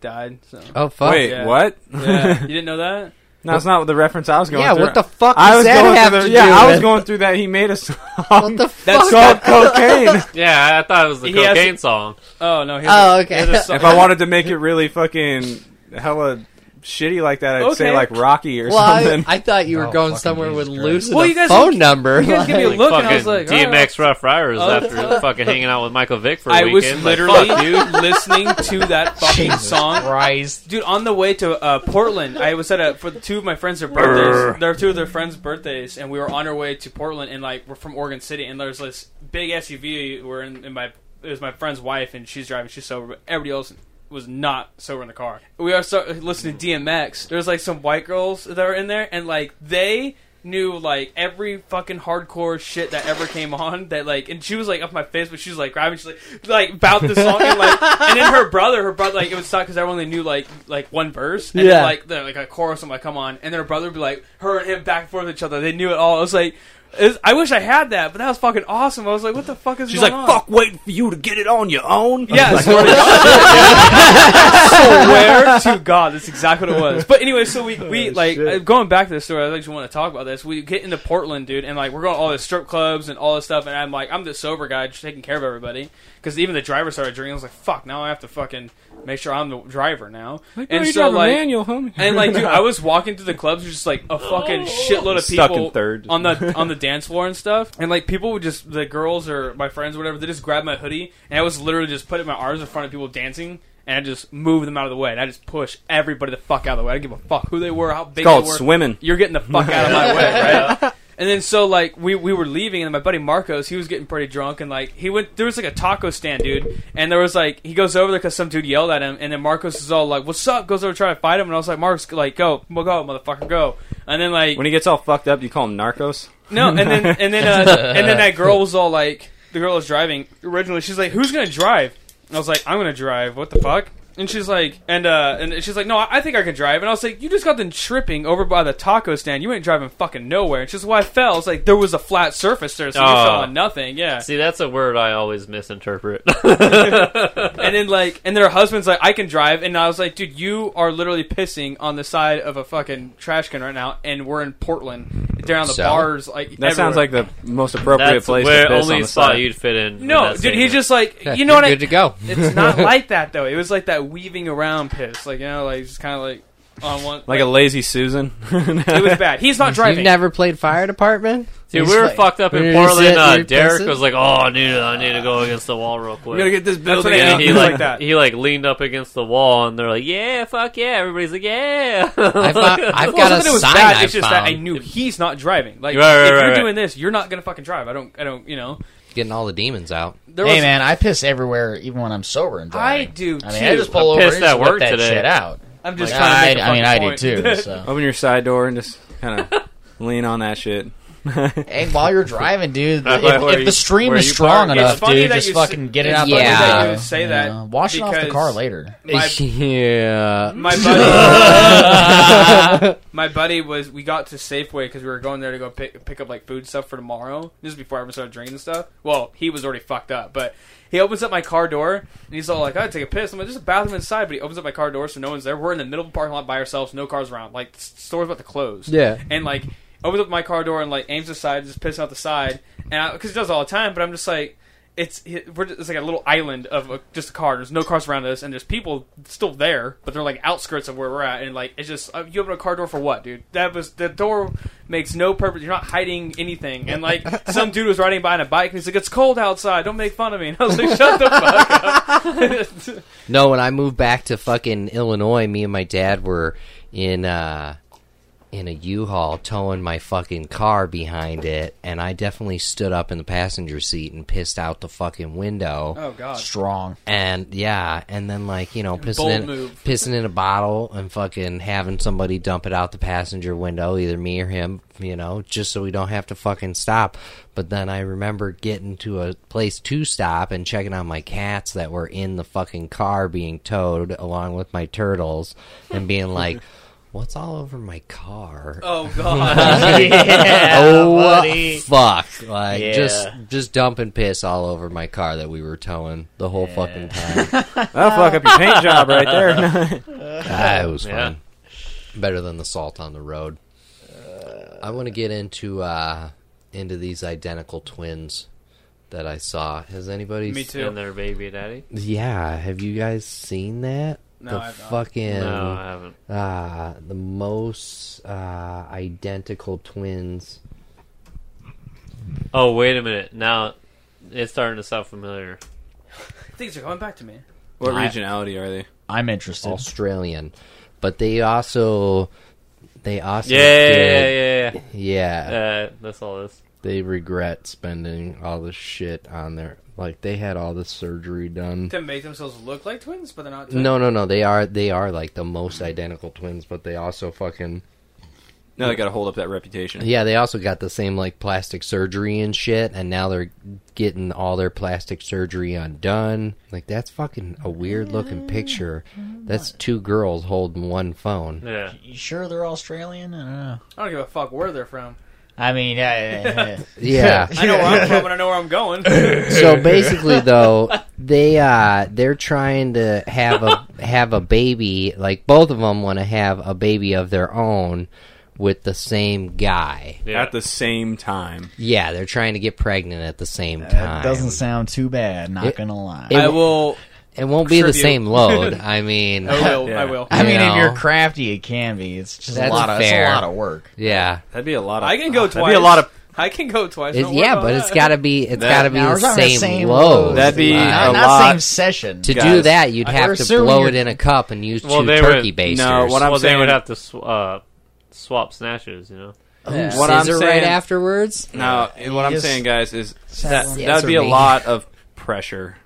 Speaker 6: died. So.
Speaker 1: Oh fuck.
Speaker 5: Wait,
Speaker 6: yeah.
Speaker 5: what?
Speaker 6: Yeah, you didn't know that?
Speaker 5: no, it's not the reference I was going.
Speaker 1: yeah,
Speaker 5: through.
Speaker 1: what the fuck
Speaker 5: I was
Speaker 1: does that
Speaker 5: going
Speaker 1: have
Speaker 5: through
Speaker 1: to
Speaker 5: the,
Speaker 1: do
Speaker 5: yeah, I
Speaker 1: with-
Speaker 5: was going through that. He made a song
Speaker 1: What the fuck?
Speaker 5: called cocaine.
Speaker 4: yeah, I thought it was the
Speaker 6: He has-
Speaker 4: cocaine song.
Speaker 6: Oh no. Here's
Speaker 1: Oh,
Speaker 6: a-
Speaker 1: okay.
Speaker 6: here's a song-
Speaker 5: if I wanted to make it really fucking hella shitty like that, I'd say
Speaker 6: Okay.
Speaker 5: like Rocky or
Speaker 1: well, I,
Speaker 5: something.
Speaker 1: I thought you were
Speaker 2: Oh,
Speaker 1: going
Speaker 2: fucking
Speaker 1: somewhere with
Speaker 2: Jesus Christ.
Speaker 1: Lucy
Speaker 6: Well, you guys-
Speaker 1: phone number.
Speaker 6: you guys give me a
Speaker 1: Like,
Speaker 6: look,
Speaker 4: fucking
Speaker 6: and I was like,
Speaker 4: DMX Rough Riders
Speaker 6: Oh,
Speaker 4: after fucking hanging out with Michael Vick for a
Speaker 6: I
Speaker 4: weekend.
Speaker 6: was
Speaker 4: Like,
Speaker 6: literally
Speaker 4: fuck,
Speaker 6: dude, listening to that fucking song.
Speaker 2: Christ.
Speaker 6: Dude, on the way to uh, Portland, I was at a for two of my friends' their birthdays. There were two of their friends' birthdays, and we were on our way to Portland, and like we're from Oregon City, and there's this big SUV. We're in, in my it was my friend's wife, and she's driving. She's sober, but everybody else was not sober in the car. We are start listening to DMX. There's like some white girls that are in there, and like they knew like every fucking hardcore shit that ever came on that like and she was like up my face but she was like grabbing she's like like about the song and like and then her brother her brother like it was stuck because everyone only knew like like one verse and
Speaker 1: Yeah.
Speaker 6: then, like the, like a chorus I'm like come on and then her brother would be like her and him back and forth with each other they knew it all I was like it was- I wish I had that but that was fucking awesome I was like what the fuck is
Speaker 5: She's like,
Speaker 6: going on?
Speaker 5: "Fuck, waiting for you to get it on your own."
Speaker 6: Yeah, I swear to God. swear to God, that's exactly what it was. But anyway, so we, we like uh, going back to this story. I actually want to talk about this. We get into Portland, dude, and like we're going to all the strip clubs and all this stuff. And I'm like, I'm the sober guy, just taking care of everybody. Because even the driver started drinking. I was like, fuck, now I have to fucking make sure I'm the driver now. and so like,
Speaker 5: homie.
Speaker 6: and like, dude, I was walking through the clubs, with just like a fucking shitload of
Speaker 5: Stuck in
Speaker 6: people
Speaker 5: third.
Speaker 6: on the on the dance floor and stuff, and like people would just the girls or my friends or whatever, they just grabbed my hoodie and I was literally just putting my arms in front of people dancing. And I just move them out of the way, and I just push everybody the fuck out of the way. I don't give a fuck who they were, how big
Speaker 5: called
Speaker 6: they were.
Speaker 5: swimming.
Speaker 6: You're getting the fuck out of my way, right? And then so like we, we were leaving, and my buddy Marcos, he was getting pretty drunk, and like he went there was like a taco stand, dude, and there was like he goes over there because some dude yelled at him, and then Marcos is all like, "What's up?" Goes over to try to fight him, and I was like, "Marcos, like go, go, motherfucker, go!" And then like
Speaker 5: When he gets all fucked up, do you call him Narcos?
Speaker 6: no, and then and then uh, and then that girl was all like, the girl was driving originally. She's like, "Who's gonna drive?" And I was like, "I'm gonna drive." What the fuck? And she's like, and uh, and she's like, "No, I I think I could drive." And I was like, "You just got done tripping over by the taco stand. You ain't driving fucking nowhere." And she's like, "Well, I fell." It's like there was a flat surface there, so you
Speaker 4: Oh.
Speaker 6: fell on nothing. Yeah.
Speaker 4: See, that's a word I always misinterpret.
Speaker 6: And then like, and their husband's like, "I can drive," and I was like, "Dude, you are literally pissing on the side of a fucking trash can right now, and we're in Portland, down the
Speaker 1: So?
Speaker 6: bars like."
Speaker 5: That sounds
Speaker 6: everywhere."
Speaker 5: like the most appropriate
Speaker 4: that's
Speaker 5: place
Speaker 4: where
Speaker 5: to piss
Speaker 4: only
Speaker 5: on the
Speaker 4: spot
Speaker 5: side.
Speaker 4: you'd fit in. in
Speaker 6: No,
Speaker 4: that
Speaker 6: dude, he's
Speaker 4: statement.
Speaker 6: just like
Speaker 1: Yeah,
Speaker 6: you know what?
Speaker 1: you're
Speaker 6: I,
Speaker 1: good to go.
Speaker 6: it's not like that though. It was like that weaving around piss, like you know, like just kind of like on one.
Speaker 5: like a lazy Susan.
Speaker 6: it was bad. He's not driving.
Speaker 1: You've never played fire department?
Speaker 4: Dude,
Speaker 1: He's
Speaker 4: we were
Speaker 1: like-
Speaker 4: fucked up
Speaker 1: we
Speaker 4: in
Speaker 1: were just
Speaker 4: Portland.
Speaker 1: sitting
Speaker 4: Uh,
Speaker 1: there
Speaker 4: Derek
Speaker 1: pissing.
Speaker 4: was like, "Oh, I need, I need to go against the wall real quick."
Speaker 5: this
Speaker 6: That's what I
Speaker 4: and
Speaker 6: am.
Speaker 4: he
Speaker 6: It's
Speaker 4: like,
Speaker 6: like that.
Speaker 4: he like leaned up against the wall, and they're like, "Yeah, fuck yeah!" Everybody's like, "Yeah."
Speaker 1: I found, I've
Speaker 6: Well,
Speaker 1: got
Speaker 6: it's not
Speaker 1: a
Speaker 6: that it was
Speaker 1: sign.
Speaker 6: bad.
Speaker 1: I
Speaker 6: it's just
Speaker 1: found.
Speaker 6: that I knew he's not driving. Like
Speaker 4: Right, right,
Speaker 6: if
Speaker 4: right,
Speaker 6: you're
Speaker 4: right.
Speaker 6: doing this, you're not gonna fucking drive. I don't. I don't. You know.
Speaker 1: getting all the demons out.
Speaker 6: There
Speaker 2: hey
Speaker 6: was,
Speaker 2: man, I piss everywhere, even when I'm sober and driving.
Speaker 6: I do,
Speaker 2: I mean, I
Speaker 6: too.
Speaker 2: just pull
Speaker 4: I
Speaker 2: over
Speaker 4: pissed
Speaker 2: and just
Speaker 4: at
Speaker 2: whip
Speaker 4: work
Speaker 2: that
Speaker 4: today.
Speaker 2: shit out.
Speaker 6: I'm just
Speaker 2: Like,
Speaker 6: trying to.
Speaker 2: I,
Speaker 6: Make a
Speaker 2: I mean, I
Speaker 6: fucking
Speaker 2: do too.
Speaker 6: point.
Speaker 2: So.
Speaker 5: Open your side door and just kind of lean on that shit.
Speaker 2: hey, while you're driving, dude, if,
Speaker 5: That's like where
Speaker 2: if
Speaker 5: you-
Speaker 2: the stream
Speaker 5: where
Speaker 2: is
Speaker 5: you
Speaker 2: strong
Speaker 6: It's
Speaker 5: park.
Speaker 2: enough,
Speaker 6: funny
Speaker 2: dude,
Speaker 6: that
Speaker 2: just
Speaker 6: you
Speaker 2: fucking
Speaker 6: s-
Speaker 2: get it
Speaker 6: it's
Speaker 2: out
Speaker 1: funny
Speaker 2: the
Speaker 1: that
Speaker 2: window.
Speaker 1: you
Speaker 6: say
Speaker 2: you
Speaker 6: that
Speaker 2: know, wash it off the
Speaker 6: because-
Speaker 2: car later.
Speaker 6: My-
Speaker 1: yeah.
Speaker 6: My buddy, my buddy was. We got to Safeway because we were going there to go pick, pick up like food stuff for tomorrow. This is before I ever started drinking and stuff. Well, he was already fucked up, but he opens up my car door and he's all like, "I take a piss." I'm like, "There's a bathroom inside," but he opens up my car door so no one's there. We're in the middle of the parking lot by ourselves, no cars around. Like, the store's about to close.
Speaker 1: Yeah.
Speaker 6: and like opens up my car door and like aims aside, just pissing out the side, and because he does it all the time. But I'm just like. It's we're just, it's like a little island of a, just a car. There's no cars around us, and there's people still there, but they're like outskirts of where we're at. And like it's just uh, you open a car door for what, dude? That was the door makes no purpose. You're not hiding anything. And like some dude was riding by on a bike, and he's like, "It's cold outside. Don't make fun of me." And I was like, "Shut the fuck up."
Speaker 1: No, when I moved back to fucking Illinois, me and my dad were in uh in a U-Haul towing my fucking car behind it, and I definitely stood up in the passenger seat and pissed out the fucking window.
Speaker 6: oh god.
Speaker 2: Strong.
Speaker 1: And yeah, and then like you know,
Speaker 6: Bold
Speaker 1: pissing in,
Speaker 6: move.
Speaker 1: pissing in a bottle and fucking having somebody dump it out the passenger window, either me or him, you know, just so we don't have to fucking stop. But then I remember getting to a place to stop and checking on my cats that were in the fucking car being towed along with my turtles, and being like, "What's all over my car?"
Speaker 6: Oh god.
Speaker 1: oh fuck! Like
Speaker 2: Yeah.
Speaker 1: just just dumping piss all over my car that we were towing the whole fucking time.
Speaker 5: That'll fuck up your paint job right there.
Speaker 1: Ah, it was
Speaker 4: Oh, Yeah.
Speaker 1: fun. Better than the salt on the road. I want to get into uh, into these identical twins that I saw. Has anybody?
Speaker 6: Me
Speaker 1: s-
Speaker 6: too.
Speaker 4: and their baby daddy.
Speaker 1: Yeah. Have you guys seen that?
Speaker 6: No,
Speaker 1: the
Speaker 6: I've not.
Speaker 1: fucking
Speaker 4: No, I haven't.
Speaker 1: uh, the most uh, identical twins.
Speaker 4: Oh, wait a minute. Now it's starting to sound familiar.
Speaker 6: Things are going back to me.
Speaker 5: what
Speaker 2: I-
Speaker 5: regionality are they?
Speaker 2: I'm interested.
Speaker 1: Australian, but they also they also
Speaker 4: Yeah, yeah,
Speaker 1: did-
Speaker 4: yeah, yeah,
Speaker 1: yeah.
Speaker 4: yeah. Uh, that's all this.
Speaker 1: they regret spending all the shit on their like they had all the surgery done.
Speaker 6: To make themselves look like twins, but they're not. Twins.
Speaker 1: No, no, no. They are they are like the most identical twins, but they also fucking
Speaker 5: No, they got to hold up that reputation.
Speaker 1: yeah. They also got the same like plastic surgery and shit, and now they're getting all their plastic surgery undone. Like that's fucking a weird looking picture. That's two girls holding one phone.
Speaker 4: Yeah.
Speaker 2: You sure they're Australian? I don't know.
Speaker 6: I don't give a fuck where they're from.
Speaker 2: I mean, uh,
Speaker 1: Yeah.
Speaker 6: I know where I'm from, and I know where I'm going.
Speaker 1: so basically though they uh they're trying to have a have a baby like both of them want to have a baby of their own with the same guy
Speaker 4: yeah.
Speaker 5: At the same time,
Speaker 1: yeah they're trying to get pregnant at the same time
Speaker 2: that doesn't sound too bad. Not
Speaker 1: It-
Speaker 2: gonna lie.
Speaker 1: it-
Speaker 6: I will.
Speaker 1: it won't be the
Speaker 6: tribute.
Speaker 1: same load i mean
Speaker 6: I will.
Speaker 5: Yeah.
Speaker 6: I will.
Speaker 2: I mean,
Speaker 1: know.
Speaker 2: if you're crafty, it can be. It's just
Speaker 1: That's
Speaker 2: a lot of it's
Speaker 1: fair.
Speaker 2: a lot of work.
Speaker 1: yeah
Speaker 5: that'd be a lot. Of,
Speaker 6: I can go
Speaker 5: That'd be a lot of
Speaker 6: I can go twice.
Speaker 1: It-
Speaker 6: don't worry
Speaker 1: yeah,
Speaker 6: about
Speaker 1: but it's
Speaker 6: that.
Speaker 1: got to be it's
Speaker 5: That-
Speaker 1: got to be
Speaker 2: Now
Speaker 1: the
Speaker 2: we're talking
Speaker 1: same,
Speaker 2: the same
Speaker 1: low.
Speaker 2: lows.
Speaker 5: That'd be
Speaker 2: not,
Speaker 5: a
Speaker 2: not
Speaker 5: lot.
Speaker 2: same session.
Speaker 1: to do
Speaker 5: guys.
Speaker 1: that, you'd
Speaker 2: I-
Speaker 1: have
Speaker 2: we're
Speaker 1: to
Speaker 2: assuming
Speaker 1: blow
Speaker 2: you're-
Speaker 1: it in a cup and use
Speaker 4: Well,
Speaker 1: two
Speaker 4: they
Speaker 1: turkey
Speaker 4: would-
Speaker 1: basters.
Speaker 5: no, what I'm
Speaker 4: well, they
Speaker 5: saying-
Speaker 4: would have to sw- uh, swap snatches, you know.
Speaker 2: Yeah.
Speaker 5: What I'm
Speaker 1: scissor right
Speaker 5: saying-
Speaker 1: afterwards.
Speaker 5: No, and what I'm
Speaker 2: Yes.
Speaker 5: saying, guys, is that
Speaker 2: Sounds-
Speaker 5: that'd be a lot of pressure,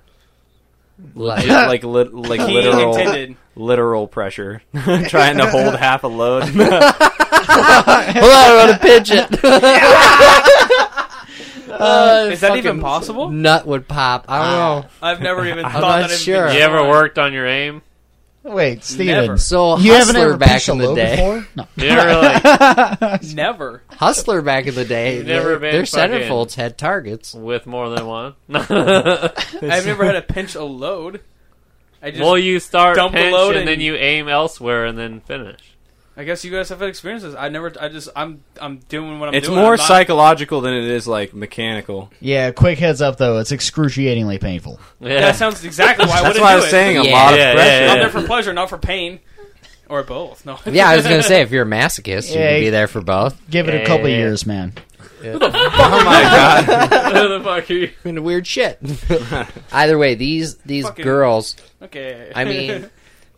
Speaker 1: Like,
Speaker 5: Just like lit like
Speaker 6: He
Speaker 5: literal
Speaker 6: intended.
Speaker 5: literal pressure, trying to hold half a load.
Speaker 1: hold on, I want to pitch it.
Speaker 6: Uh, Is that even possible?
Speaker 1: Uh, Nut would pop. I don't know.
Speaker 6: I've never even thought
Speaker 1: not
Speaker 6: that. I've
Speaker 1: sure.
Speaker 4: You ever
Speaker 1: Alright.
Speaker 4: worked on your aim?
Speaker 2: Wait, Steven.
Speaker 6: Never.
Speaker 1: So
Speaker 2: You haven't
Speaker 1: hustler
Speaker 2: ever
Speaker 1: back
Speaker 2: pitched a
Speaker 1: in the
Speaker 2: low
Speaker 1: day.
Speaker 2: before? No.
Speaker 4: You ever like
Speaker 6: Been, never.
Speaker 1: Hustler back in the day.
Speaker 4: You've never
Speaker 1: their
Speaker 4: been
Speaker 1: their
Speaker 4: fucking-
Speaker 1: centerfolds had targets.
Speaker 4: with more than one?
Speaker 6: I've never had to pinch a load. I just.
Speaker 4: well, you start
Speaker 6: dump a
Speaker 4: pinch
Speaker 6: load
Speaker 4: and,
Speaker 6: and-
Speaker 4: then you aim elsewhere and then finish.
Speaker 6: I guess you guys have had experiences. I never. I just. I'm. I'm doing what I'm
Speaker 5: it's
Speaker 6: doing.
Speaker 5: more
Speaker 6: I'm not-
Speaker 5: psychological than it is like mechanical.
Speaker 2: Yeah, quick heads up though, it's excruciatingly painful.
Speaker 4: Yeah.
Speaker 6: That sounds exactly why I
Speaker 5: That's
Speaker 6: wouldn't
Speaker 5: why I
Speaker 6: do
Speaker 5: was
Speaker 6: it.
Speaker 5: saying a
Speaker 1: Yeah.
Speaker 5: lot
Speaker 4: Yeah,
Speaker 5: of pressure.
Speaker 4: yeah,
Speaker 6: I'm
Speaker 4: yeah.
Speaker 6: there for pleasure, not for pain, or both. No.
Speaker 1: Yeah, I was gonna say if you're a masochist, you
Speaker 2: Yeah.
Speaker 1: could be there for both.
Speaker 2: Give it a
Speaker 4: Yeah,
Speaker 2: couple
Speaker 4: yeah, yeah.
Speaker 2: years, man.
Speaker 5: Oh my god!
Speaker 4: Who the fuck are you?
Speaker 1: Into weird shit. Either way, these these
Speaker 6: Fucking-
Speaker 1: girls.
Speaker 6: Okay.
Speaker 1: I mean,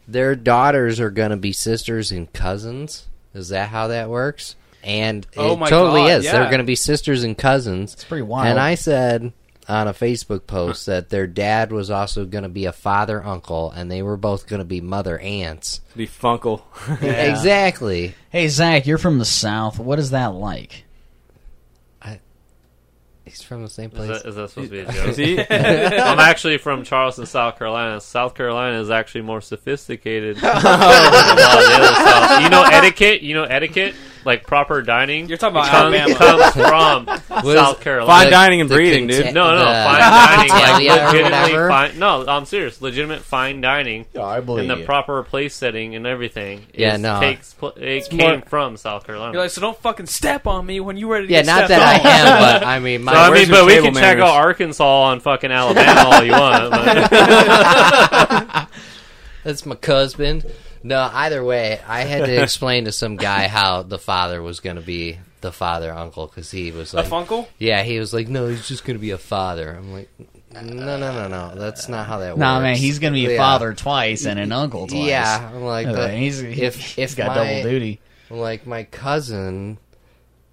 Speaker 1: their daughters are gonna be sisters and cousins. Is that how that works? And it
Speaker 6: Oh my
Speaker 1: totally
Speaker 6: God,
Speaker 1: is. They're
Speaker 6: yeah.
Speaker 1: gonna be sisters and cousins.
Speaker 2: It's pretty wild.
Speaker 1: And I said on a Facebook post that their dad was also going to be a father uncle, and they were both going to be mother aunts.
Speaker 5: The funkle.
Speaker 1: Exactly.
Speaker 2: Hey Zach, you're from the South. What is that like?
Speaker 1: He's from the same
Speaker 4: Is
Speaker 1: place.
Speaker 4: that, is that supposed to be a joke?
Speaker 5: See,
Speaker 4: I'm actually from Charleston, South Carolina. South Carolina is actually more sophisticated. than a lot of the other South. You know etiquette. You know etiquette, like proper dining.
Speaker 6: You're talking about
Speaker 4: comes, comes from
Speaker 1: What
Speaker 4: South
Speaker 1: is-
Speaker 4: Carolina.
Speaker 5: Fine dining and breeding, dude.
Speaker 1: content-
Speaker 4: no, no,
Speaker 1: the-
Speaker 4: fine dining,
Speaker 1: Italia or
Speaker 4: like legitimately
Speaker 1: whatever.
Speaker 4: fine. No, I'm serious. Legitimate fine dining
Speaker 2: I
Speaker 4: in the proper place setting and everything.
Speaker 1: Yeah,
Speaker 4: is-
Speaker 1: no.
Speaker 4: takes pl- it came
Speaker 6: more-
Speaker 4: from South Carolina.
Speaker 6: You're like, so don't fucking step on me when you ready to
Speaker 1: Yeah,
Speaker 6: get
Speaker 1: not
Speaker 6: stepped
Speaker 1: that
Speaker 6: on.
Speaker 1: I am, but I mean, my
Speaker 4: So, I
Speaker 5: where's
Speaker 4: mean,
Speaker 5: your
Speaker 4: but we
Speaker 5: table
Speaker 4: can check
Speaker 5: manners?
Speaker 4: out Arkansas on fucking Alabama all you want. but-
Speaker 1: that's my husband. No, either way, I had to explain to some guy how the father was going to be the father uncle because he was
Speaker 6: A
Speaker 1: like,
Speaker 6: funkle?
Speaker 1: yeah, he was like, no, he's just going to be a father. I'm like, no, no, no, no, that's not how that works.
Speaker 2: Nah, man, he's gonna be a
Speaker 1: Yeah.
Speaker 2: father twice and an uncle twice.
Speaker 1: Yeah, I'm like,
Speaker 2: Uh,
Speaker 1: but
Speaker 2: he's,
Speaker 1: if
Speaker 2: he's
Speaker 1: if
Speaker 2: got
Speaker 1: my,
Speaker 2: double duty.
Speaker 1: like my cousin,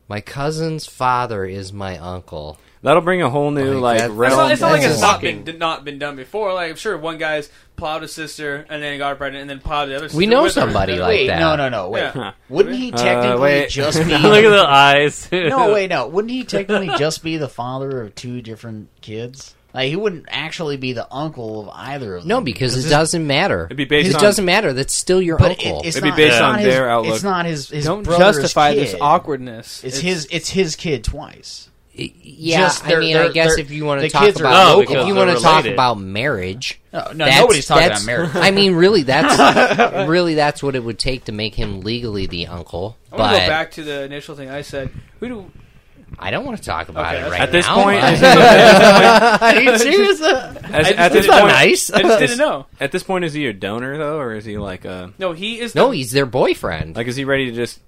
Speaker 1: my cousin's father is my uncle.
Speaker 5: That'll bring a whole new
Speaker 1: Like,
Speaker 5: like
Speaker 1: that's-
Speaker 6: It's
Speaker 5: realm.
Speaker 6: not, it's not like
Speaker 1: That's
Speaker 6: it's
Speaker 1: just-
Speaker 6: not been, did not been done before. Like, I'm sure one guy's plowed his sister and then got pregnant and then plowed the other sister.
Speaker 1: We know
Speaker 6: with her.
Speaker 1: somebody like
Speaker 2: Wait,
Speaker 1: that.
Speaker 2: no, no, no, wait.
Speaker 6: Yeah.
Speaker 2: Wouldn't he technically
Speaker 5: wait.
Speaker 2: just be
Speaker 4: Look at the eyes.
Speaker 2: No, wait, no. Wouldn't he technically just be the father of two different kids? Like he wouldn't actually be the uncle of either of them.
Speaker 1: No, because it
Speaker 2: it's-
Speaker 1: doesn't matter. It
Speaker 5: It'd be based on-
Speaker 1: doesn't matter. That's still your
Speaker 2: But it,
Speaker 1: uncle.
Speaker 2: it's
Speaker 5: It'd be
Speaker 2: not,
Speaker 5: based
Speaker 2: it's
Speaker 5: on
Speaker 2: not his,
Speaker 5: their outlook.
Speaker 2: It's not his. his
Speaker 6: Don't
Speaker 2: brother's
Speaker 6: justify
Speaker 2: kid.
Speaker 6: this awkwardness.
Speaker 2: It's, his. It's his kid twice.
Speaker 1: yeah,
Speaker 2: just
Speaker 1: I
Speaker 2: their-
Speaker 1: mean, I
Speaker 2: their-
Speaker 1: guess
Speaker 2: their-
Speaker 1: if you want to
Speaker 2: the
Speaker 1: talk
Speaker 2: kids are
Speaker 1: about
Speaker 4: local.
Speaker 1: if
Speaker 4: because
Speaker 1: you
Speaker 4: they're
Speaker 1: want to talk
Speaker 4: related.
Speaker 1: about marriage,
Speaker 2: No,
Speaker 1: that's-
Speaker 2: nobody's talking
Speaker 1: that's-
Speaker 2: about marriage.
Speaker 1: I mean, really, that's really that's what it would take to make him legally the uncle.
Speaker 6: I
Speaker 1: but
Speaker 6: want to go back to the initial thing I said. Who do?
Speaker 1: I don't want to talk about
Speaker 6: Okay,
Speaker 1: it
Speaker 6: that's-
Speaker 1: right
Speaker 5: At this
Speaker 1: now.
Speaker 5: point,
Speaker 1: I-
Speaker 5: it's- at
Speaker 1: Are you serious? That's
Speaker 5: this point-
Speaker 6: just
Speaker 5: at this
Speaker 6: didn't
Speaker 1: not
Speaker 5: point,
Speaker 1: nice.
Speaker 6: I just didn't know.
Speaker 5: at this point, is he a donor though, or is he like a
Speaker 6: No, he is. The,
Speaker 1: No, he's their boyfriend.
Speaker 5: like is he ready to just?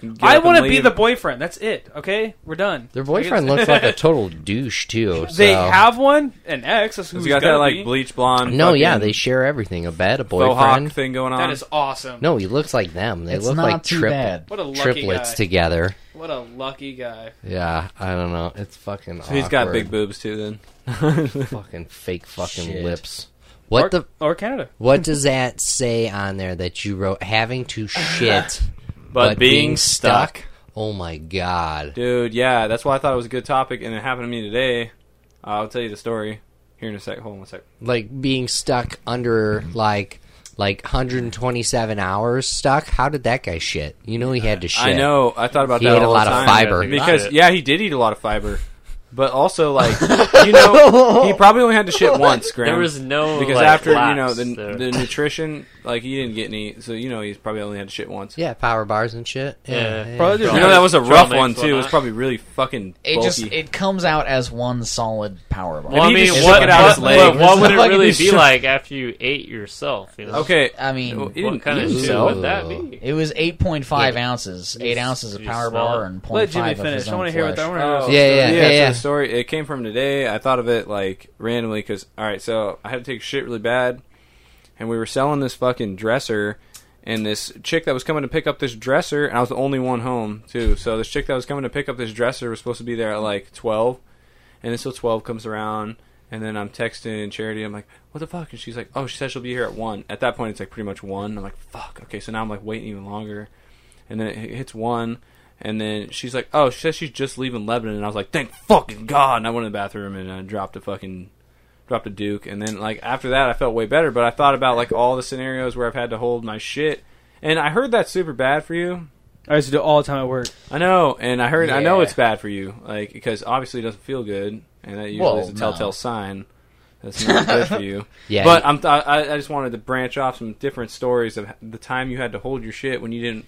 Speaker 5: get
Speaker 6: I
Speaker 5: up
Speaker 6: want
Speaker 5: and
Speaker 6: to be
Speaker 5: leave?
Speaker 6: the boyfriend. That's it. Okay, we're done.
Speaker 1: Their boyfriend looks like a total douche too. So.
Speaker 6: They have one, an ex. That's who's
Speaker 5: He's got
Speaker 6: gonna
Speaker 5: that like
Speaker 6: be.
Speaker 5: bleach blonde.
Speaker 1: no, yeah,
Speaker 5: fucking
Speaker 1: they share everything. A bed, a
Speaker 5: faux hawk
Speaker 1: boyfriend.
Speaker 5: thing going on.
Speaker 6: That is awesome.
Speaker 1: No, he looks like them. They
Speaker 2: It's
Speaker 1: look
Speaker 2: not
Speaker 1: like
Speaker 2: too
Speaker 1: tripl-
Speaker 2: bad.
Speaker 6: What a lucky
Speaker 1: triplets
Speaker 6: guy.
Speaker 1: together.
Speaker 6: What a lucky guy.
Speaker 1: Yeah, I don't know. It's fucking.
Speaker 5: So he's got big
Speaker 1: awkward.
Speaker 5: boobs too. Then
Speaker 1: fucking fake fucking
Speaker 2: Shit.
Speaker 1: lips. What
Speaker 6: or,
Speaker 1: the?
Speaker 6: or Canada?
Speaker 1: What does that say on there that you wrote? Having to shit,
Speaker 5: but, being stuck,
Speaker 1: Oh my god!
Speaker 5: dude. Yeah, that's why I thought it was a good topic, and it happened to me today. Uh, I'll tell you the story here in a sec. Hold on a sec.
Speaker 1: Like being stuck under like like 127 hours stuck. How did that guy shit? You know he had to shit.
Speaker 5: I know. I thought about
Speaker 1: He
Speaker 5: that
Speaker 1: ate a
Speaker 5: all the
Speaker 1: lot of
Speaker 5: time.
Speaker 1: fiber.
Speaker 5: because
Speaker 4: Shit.
Speaker 5: yeah, he did eat a lot of fiber. But also, like you know, he probably only had to shit once, Graham.
Speaker 4: There was no
Speaker 5: because
Speaker 4: like,
Speaker 5: after you know
Speaker 4: lapse
Speaker 5: the,
Speaker 4: there.
Speaker 5: the nutrition, like he didn't get any, so you know he's probably only had to shit once.
Speaker 1: Yeah, power bars and shit.
Speaker 4: Yeah.
Speaker 6: Probably just-
Speaker 5: You know that was a
Speaker 4: Trail
Speaker 5: rough
Speaker 4: mix,
Speaker 5: one too. It was
Speaker 4: whatnot.
Speaker 5: probably really fucking
Speaker 2: It
Speaker 5: bulky.
Speaker 2: just it comes out as one solid power bar.
Speaker 4: Well, I
Speaker 5: If he
Speaker 4: mean,
Speaker 5: just
Speaker 4: what,
Speaker 5: shook it out
Speaker 4: what,
Speaker 5: his leg,
Speaker 4: what would
Speaker 5: it's
Speaker 4: it really
Speaker 5: like he
Speaker 4: be
Speaker 5: shook-
Speaker 4: like after you ate yourself? You know?
Speaker 5: okay,
Speaker 2: I mean,
Speaker 5: Well, he
Speaker 4: What
Speaker 5: didn't
Speaker 4: kind of
Speaker 5: eat
Speaker 4: shit
Speaker 5: himself.
Speaker 4: would that be?
Speaker 2: it was eight point five
Speaker 1: Yeah.
Speaker 2: ounces, eight ounces of
Speaker 4: you
Speaker 2: power
Speaker 4: smell
Speaker 2: bar
Speaker 4: it?
Speaker 2: and
Speaker 6: Let
Speaker 2: point
Speaker 6: Jimmy
Speaker 2: five of
Speaker 6: finish.
Speaker 2: his
Speaker 6: I
Speaker 2: own
Speaker 6: want to hear what
Speaker 2: flesh.
Speaker 6: I want to hear.
Speaker 5: Oh,
Speaker 6: what-
Speaker 1: Yeah, yeah,
Speaker 5: so,
Speaker 1: yeah,
Speaker 5: so
Speaker 1: yeah.
Speaker 5: the story it came from today. I thought of it like randomly because all right, so I had to take a shit really bad, and we were selling this fucking dresser, and this chick that was coming to pick up this dresser, and I was the only one home too. So this chick that was coming to pick up this dresser was supposed to be there at like twelve, and until twelve comes around. And then I'm texting Charity. I'm like, "What the fuck?" And she's like, "Oh, she said she'll be here at one." At that point, it's like pretty much one. I'm like, "Fuck." Okay, so now I'm like waiting even longer and then it h- hits one, and then she's like, "Oh, she says she's just leaving Lebanon," and I was like, "Thank fucking god!" And I went to the bathroom and I dropped a fucking dropped a Duke, and then like after that, I felt way better. But I thought about like all the scenarios where I've had to hold my shit, and I heard that's super bad for you.
Speaker 6: I used to do it all the time at work.
Speaker 5: I know, and I heard I know
Speaker 2: Yeah.
Speaker 5: it's bad for you, like because obviously it doesn't feel good, and that usually
Speaker 2: Well,
Speaker 5: is a
Speaker 2: no.
Speaker 5: telltale sign. That's not good for you.
Speaker 1: Yeah,
Speaker 5: but
Speaker 1: you-
Speaker 5: I'm th- I, I just wanted to branch off some different stories of the time you had to hold your shit when you didn't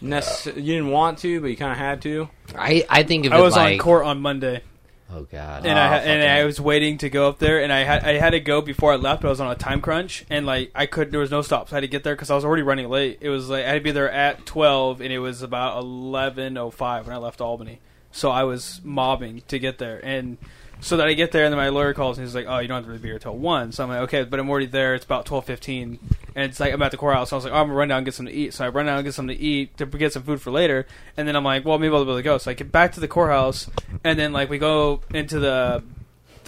Speaker 5: necess- you didn't want to, but you kind of had to.
Speaker 1: I, I think of
Speaker 6: I
Speaker 1: it
Speaker 6: was
Speaker 1: like
Speaker 6: on court on Monday,
Speaker 1: oh god,
Speaker 6: and I ha- and
Speaker 2: fucking-
Speaker 6: I was waiting to go up there, and I had I had to go before I left, but I was on a time crunch, and like I could there was no stops. I had to get there because I was already running late. It was like I had to be there at twelve, and it was about eleven oh five when I left Albany, so I was mobbing to get there, and so that I get there, and then my lawyer calls, and he's like, "Oh, you don't have to really be here till one." So I'm like, "Okay," but I'm already there. It's about twelve fifteen, and it's like I'm at the courthouse. So I was like, "Oh, I'm gonna run down and get something to eat." So I run down and get something to eat to get some food for later, and then I'm like, "Well, maybe I'll be able to go." So I get back to the courthouse, and then like we go into the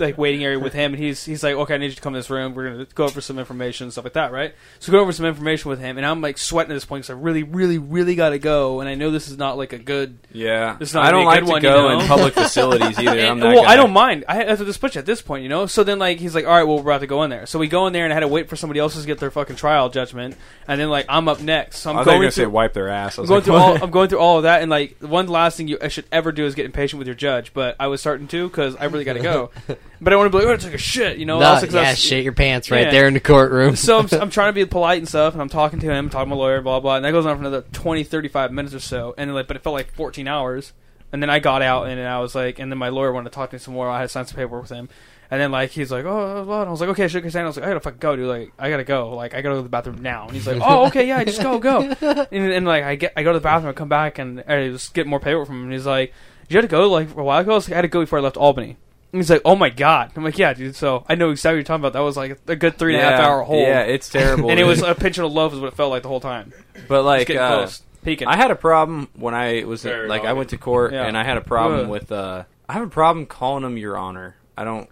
Speaker 6: like waiting area with him, and he's he's like, "Okay, I need you to come to this room. We're gonna go over some information and stuff like that, right?" So go over some information with him, and I'm like sweating at this point because I really, really, really gotta go, and I know this is not like a good
Speaker 5: Yeah,
Speaker 6: It's not
Speaker 5: I don't
Speaker 6: gonna be a
Speaker 5: like
Speaker 6: good
Speaker 5: to
Speaker 6: one, you
Speaker 5: go in
Speaker 6: know?
Speaker 5: public facilities either. I'm
Speaker 6: and-
Speaker 5: that
Speaker 6: well,
Speaker 5: guy.
Speaker 6: I don't mind. I have to just push at this point, you know. So then, like, he's like, "All right, well, we're about to go in there." So we go in there, and I had to wait for somebody else to get their fucking trial judgment, and then like I'm up next, so I'm
Speaker 5: I thought you were
Speaker 6: going
Speaker 5: gonna say
Speaker 6: through.
Speaker 5: wipe their ass. I
Speaker 6: I'm
Speaker 5: was
Speaker 6: going
Speaker 5: like,
Speaker 6: through
Speaker 5: what?
Speaker 6: all. I'm going through all of that, and like one last thing you I should ever do is get impatient with your judge. But I was starting to because I really got to go. but I want to be like, "Oh, I took a shit," you know.
Speaker 1: No,
Speaker 6: also 'cause I
Speaker 1: yeah,
Speaker 6: was-
Speaker 1: shit your pants right
Speaker 6: yeah.
Speaker 1: there in the courtroom.
Speaker 6: so I'm, I'm trying to be polite and stuff, and I'm talking to him, talking to my lawyer, blah blah, and that goes on for another 20, 35 minutes or so, and like, but it felt like 14 hours, and then I got out, and, I was like, and then my lawyer wanted to talk to me some more, I had to sign some paperwork with him, and then like he's like, oh, blah, blah," and I was like, okay, I shook his hand, I was like, I gotta fucking go, dude, like I gotta go, like I gotta go to the bathroom now, and he's like, oh, okay, yeah, just go, go, and, and like I get, I go to the bathroom, I come back, and I just get more paperwork from him, and he's like, did you have to go like a while ago? I was like, I had to go before I left Albany. And he's like, "Oh my god!" I'm like, "Yeah, dude." So I know exactly what you're talking about. That was like a good three and a half hour hold
Speaker 5: Yeah, it's terrible.
Speaker 6: and it was
Speaker 5: dude.
Speaker 6: a pinch of love is what it felt like the whole time.
Speaker 5: but like
Speaker 6: It's getting
Speaker 5: uh,
Speaker 6: close, peeking.
Speaker 5: I had a problem when I was
Speaker 4: Very
Speaker 5: like I
Speaker 4: wrong.
Speaker 5: went to court
Speaker 6: Yeah.
Speaker 5: and I had a problem
Speaker 6: Ugh.
Speaker 5: with uh I have a problem calling them Your Honor. I don't.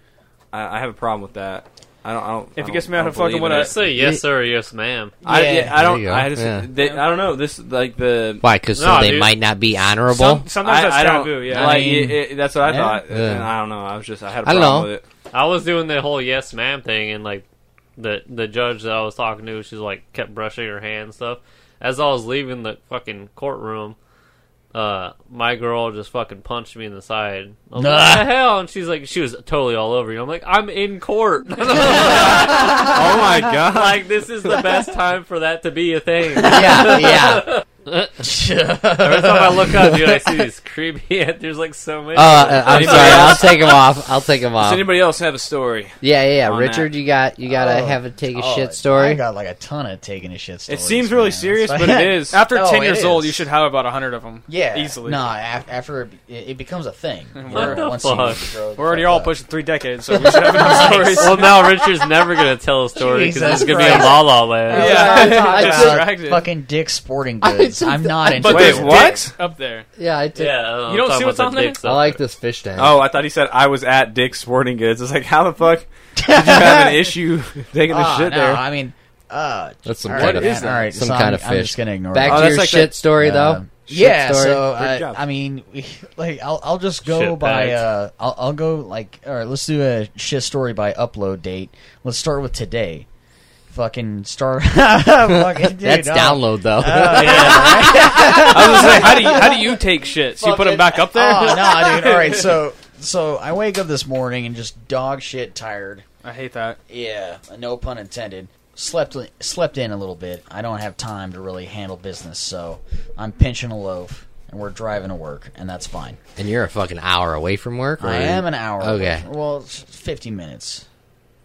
Speaker 5: I, I have a problem with that. I don't. I don't
Speaker 6: If
Speaker 5: I
Speaker 6: it gets
Speaker 5: don't-
Speaker 6: me
Speaker 5: I
Speaker 6: out
Speaker 5: don't
Speaker 6: of fucking
Speaker 5: believe
Speaker 6: what
Speaker 5: in
Speaker 6: I-
Speaker 5: it.
Speaker 4: Just say yes sir, or yes ma'am.
Speaker 5: I,
Speaker 1: Yeah.
Speaker 5: yeah, I
Speaker 1: There
Speaker 5: don't.
Speaker 1: you go.
Speaker 5: I just.
Speaker 1: Yeah.
Speaker 5: They, I don't know. This like the.
Speaker 1: Why? Because
Speaker 4: No,
Speaker 1: they
Speaker 4: dude.
Speaker 1: might not be honorable.
Speaker 6: Some, sometimes
Speaker 5: I,
Speaker 6: that's
Speaker 5: I don't-
Speaker 6: taboo. Yeah,
Speaker 5: Like
Speaker 2: I mean-
Speaker 5: it, it, that's what I
Speaker 2: Yeah.
Speaker 5: thought.
Speaker 1: Yeah.
Speaker 5: And I don't know. I was just. I had a
Speaker 1: I don't
Speaker 5: problem
Speaker 1: know.
Speaker 5: with it.
Speaker 4: I was doing the whole yes ma'am thing, and like the the judge that I was talking to, she's like kept brushing her hand and stuff. As I was leaving the fucking courtroom, uh, my girl just fucking punched me in the side. I was like, what the hell? And she's like, she was totally all over you. I'm like, I'm in court.
Speaker 5: oh my god.
Speaker 1: Uh,
Speaker 4: like this is the best time for that to be a thing.
Speaker 1: yeah, yeah.
Speaker 4: Every time I look up, dude, I see these creepy. There's like so many.
Speaker 1: Uh, uh, I'm
Speaker 5: Anybody
Speaker 1: sorry. I'll
Speaker 5: else?
Speaker 1: take him off. I'll take him
Speaker 5: Does
Speaker 1: off.
Speaker 5: anybody else have a story?
Speaker 1: Yeah, yeah. yeah.
Speaker 5: on
Speaker 1: Richard,
Speaker 5: that?
Speaker 1: you got you got to
Speaker 2: Oh.
Speaker 1: have a take a
Speaker 2: Oh,
Speaker 1: shit story.
Speaker 2: I got like a ton of taking a shit
Speaker 5: It
Speaker 2: stories.
Speaker 5: seems really
Speaker 2: man.
Speaker 5: serious,
Speaker 2: It's
Speaker 5: but
Speaker 2: like-
Speaker 5: it is.
Speaker 6: after
Speaker 2: No,
Speaker 6: ten
Speaker 2: it
Speaker 6: years
Speaker 2: is.
Speaker 6: old, you should have about hundred of them.
Speaker 2: Yeah,
Speaker 6: easily.
Speaker 2: No, af- after it, be- it it becomes a thing.
Speaker 4: What the
Speaker 2: Once you
Speaker 4: fuck?
Speaker 2: grow-
Speaker 6: We're already
Speaker 2: fuck
Speaker 6: all
Speaker 2: up.
Speaker 6: pushing three decades, so we should have enough stories.
Speaker 4: well, now Richard's never gonna tell a story because
Speaker 2: Jesus
Speaker 4: it's gonna be a
Speaker 2: Christ.
Speaker 4: la la land.
Speaker 6: Yeah.
Speaker 1: I took-
Speaker 2: I
Speaker 1: I
Speaker 2: took-
Speaker 1: took-
Speaker 6: distracted.
Speaker 2: fucking Dick Sporting
Speaker 1: I
Speaker 2: Goods.
Speaker 1: took-
Speaker 2: I'm not
Speaker 1: I
Speaker 2: in.
Speaker 1: took-
Speaker 6: But
Speaker 5: Wait,
Speaker 6: there's
Speaker 5: what?
Speaker 6: dicks up there.
Speaker 1: yeah, I took.
Speaker 4: Yeah,
Speaker 6: You don't see what's on there?
Speaker 1: I like this fish tank.
Speaker 5: Oh, I thought he said I was at Dick's Sporting Goods. It's like, how the fuck did you have an issue taking the
Speaker 2: Ah,
Speaker 5: shit
Speaker 2: no,
Speaker 5: there?
Speaker 2: I mean, uh,
Speaker 1: That's some
Speaker 2: all
Speaker 1: kind
Speaker 2: right,
Speaker 1: of
Speaker 2: man,
Speaker 1: fish.
Speaker 2: all right,
Speaker 1: some
Speaker 2: so
Speaker 1: kind
Speaker 2: I'm-
Speaker 1: of fish.
Speaker 2: I'm just gonna ignore.
Speaker 1: Back
Speaker 2: it.
Speaker 5: Oh,
Speaker 1: to
Speaker 5: that's
Speaker 1: your
Speaker 5: like
Speaker 1: shit
Speaker 5: that-
Speaker 1: story though. Shit
Speaker 2: yeah,
Speaker 1: story.
Speaker 2: so
Speaker 5: Great
Speaker 2: uh,
Speaker 5: job.
Speaker 2: I mean, we- like I'll I'll just go
Speaker 4: Shit
Speaker 2: by
Speaker 4: bags.
Speaker 2: uh I'll, I'll go like all right, let's do a shit story by upload date. Let's start with today. Fucking start. fucking, dude,
Speaker 1: That's
Speaker 2: oh.
Speaker 1: download though.
Speaker 6: I was gonna say, how do you, how do you take shit? So you put them back up there?
Speaker 2: Oh, no, Oh, dude. All right, so So I wake up this morning and just dog shit tired.
Speaker 6: I hate that.
Speaker 2: Yeah, no pun intended. Slept slept in a little bit. I don't have time to really handle business, so I'm pinching a loaf, and we're driving to work, and that's fine.
Speaker 1: And you're a fucking hour away from work. or-
Speaker 2: I am an hour.
Speaker 1: Okay.
Speaker 2: Well, it's 50 minutes.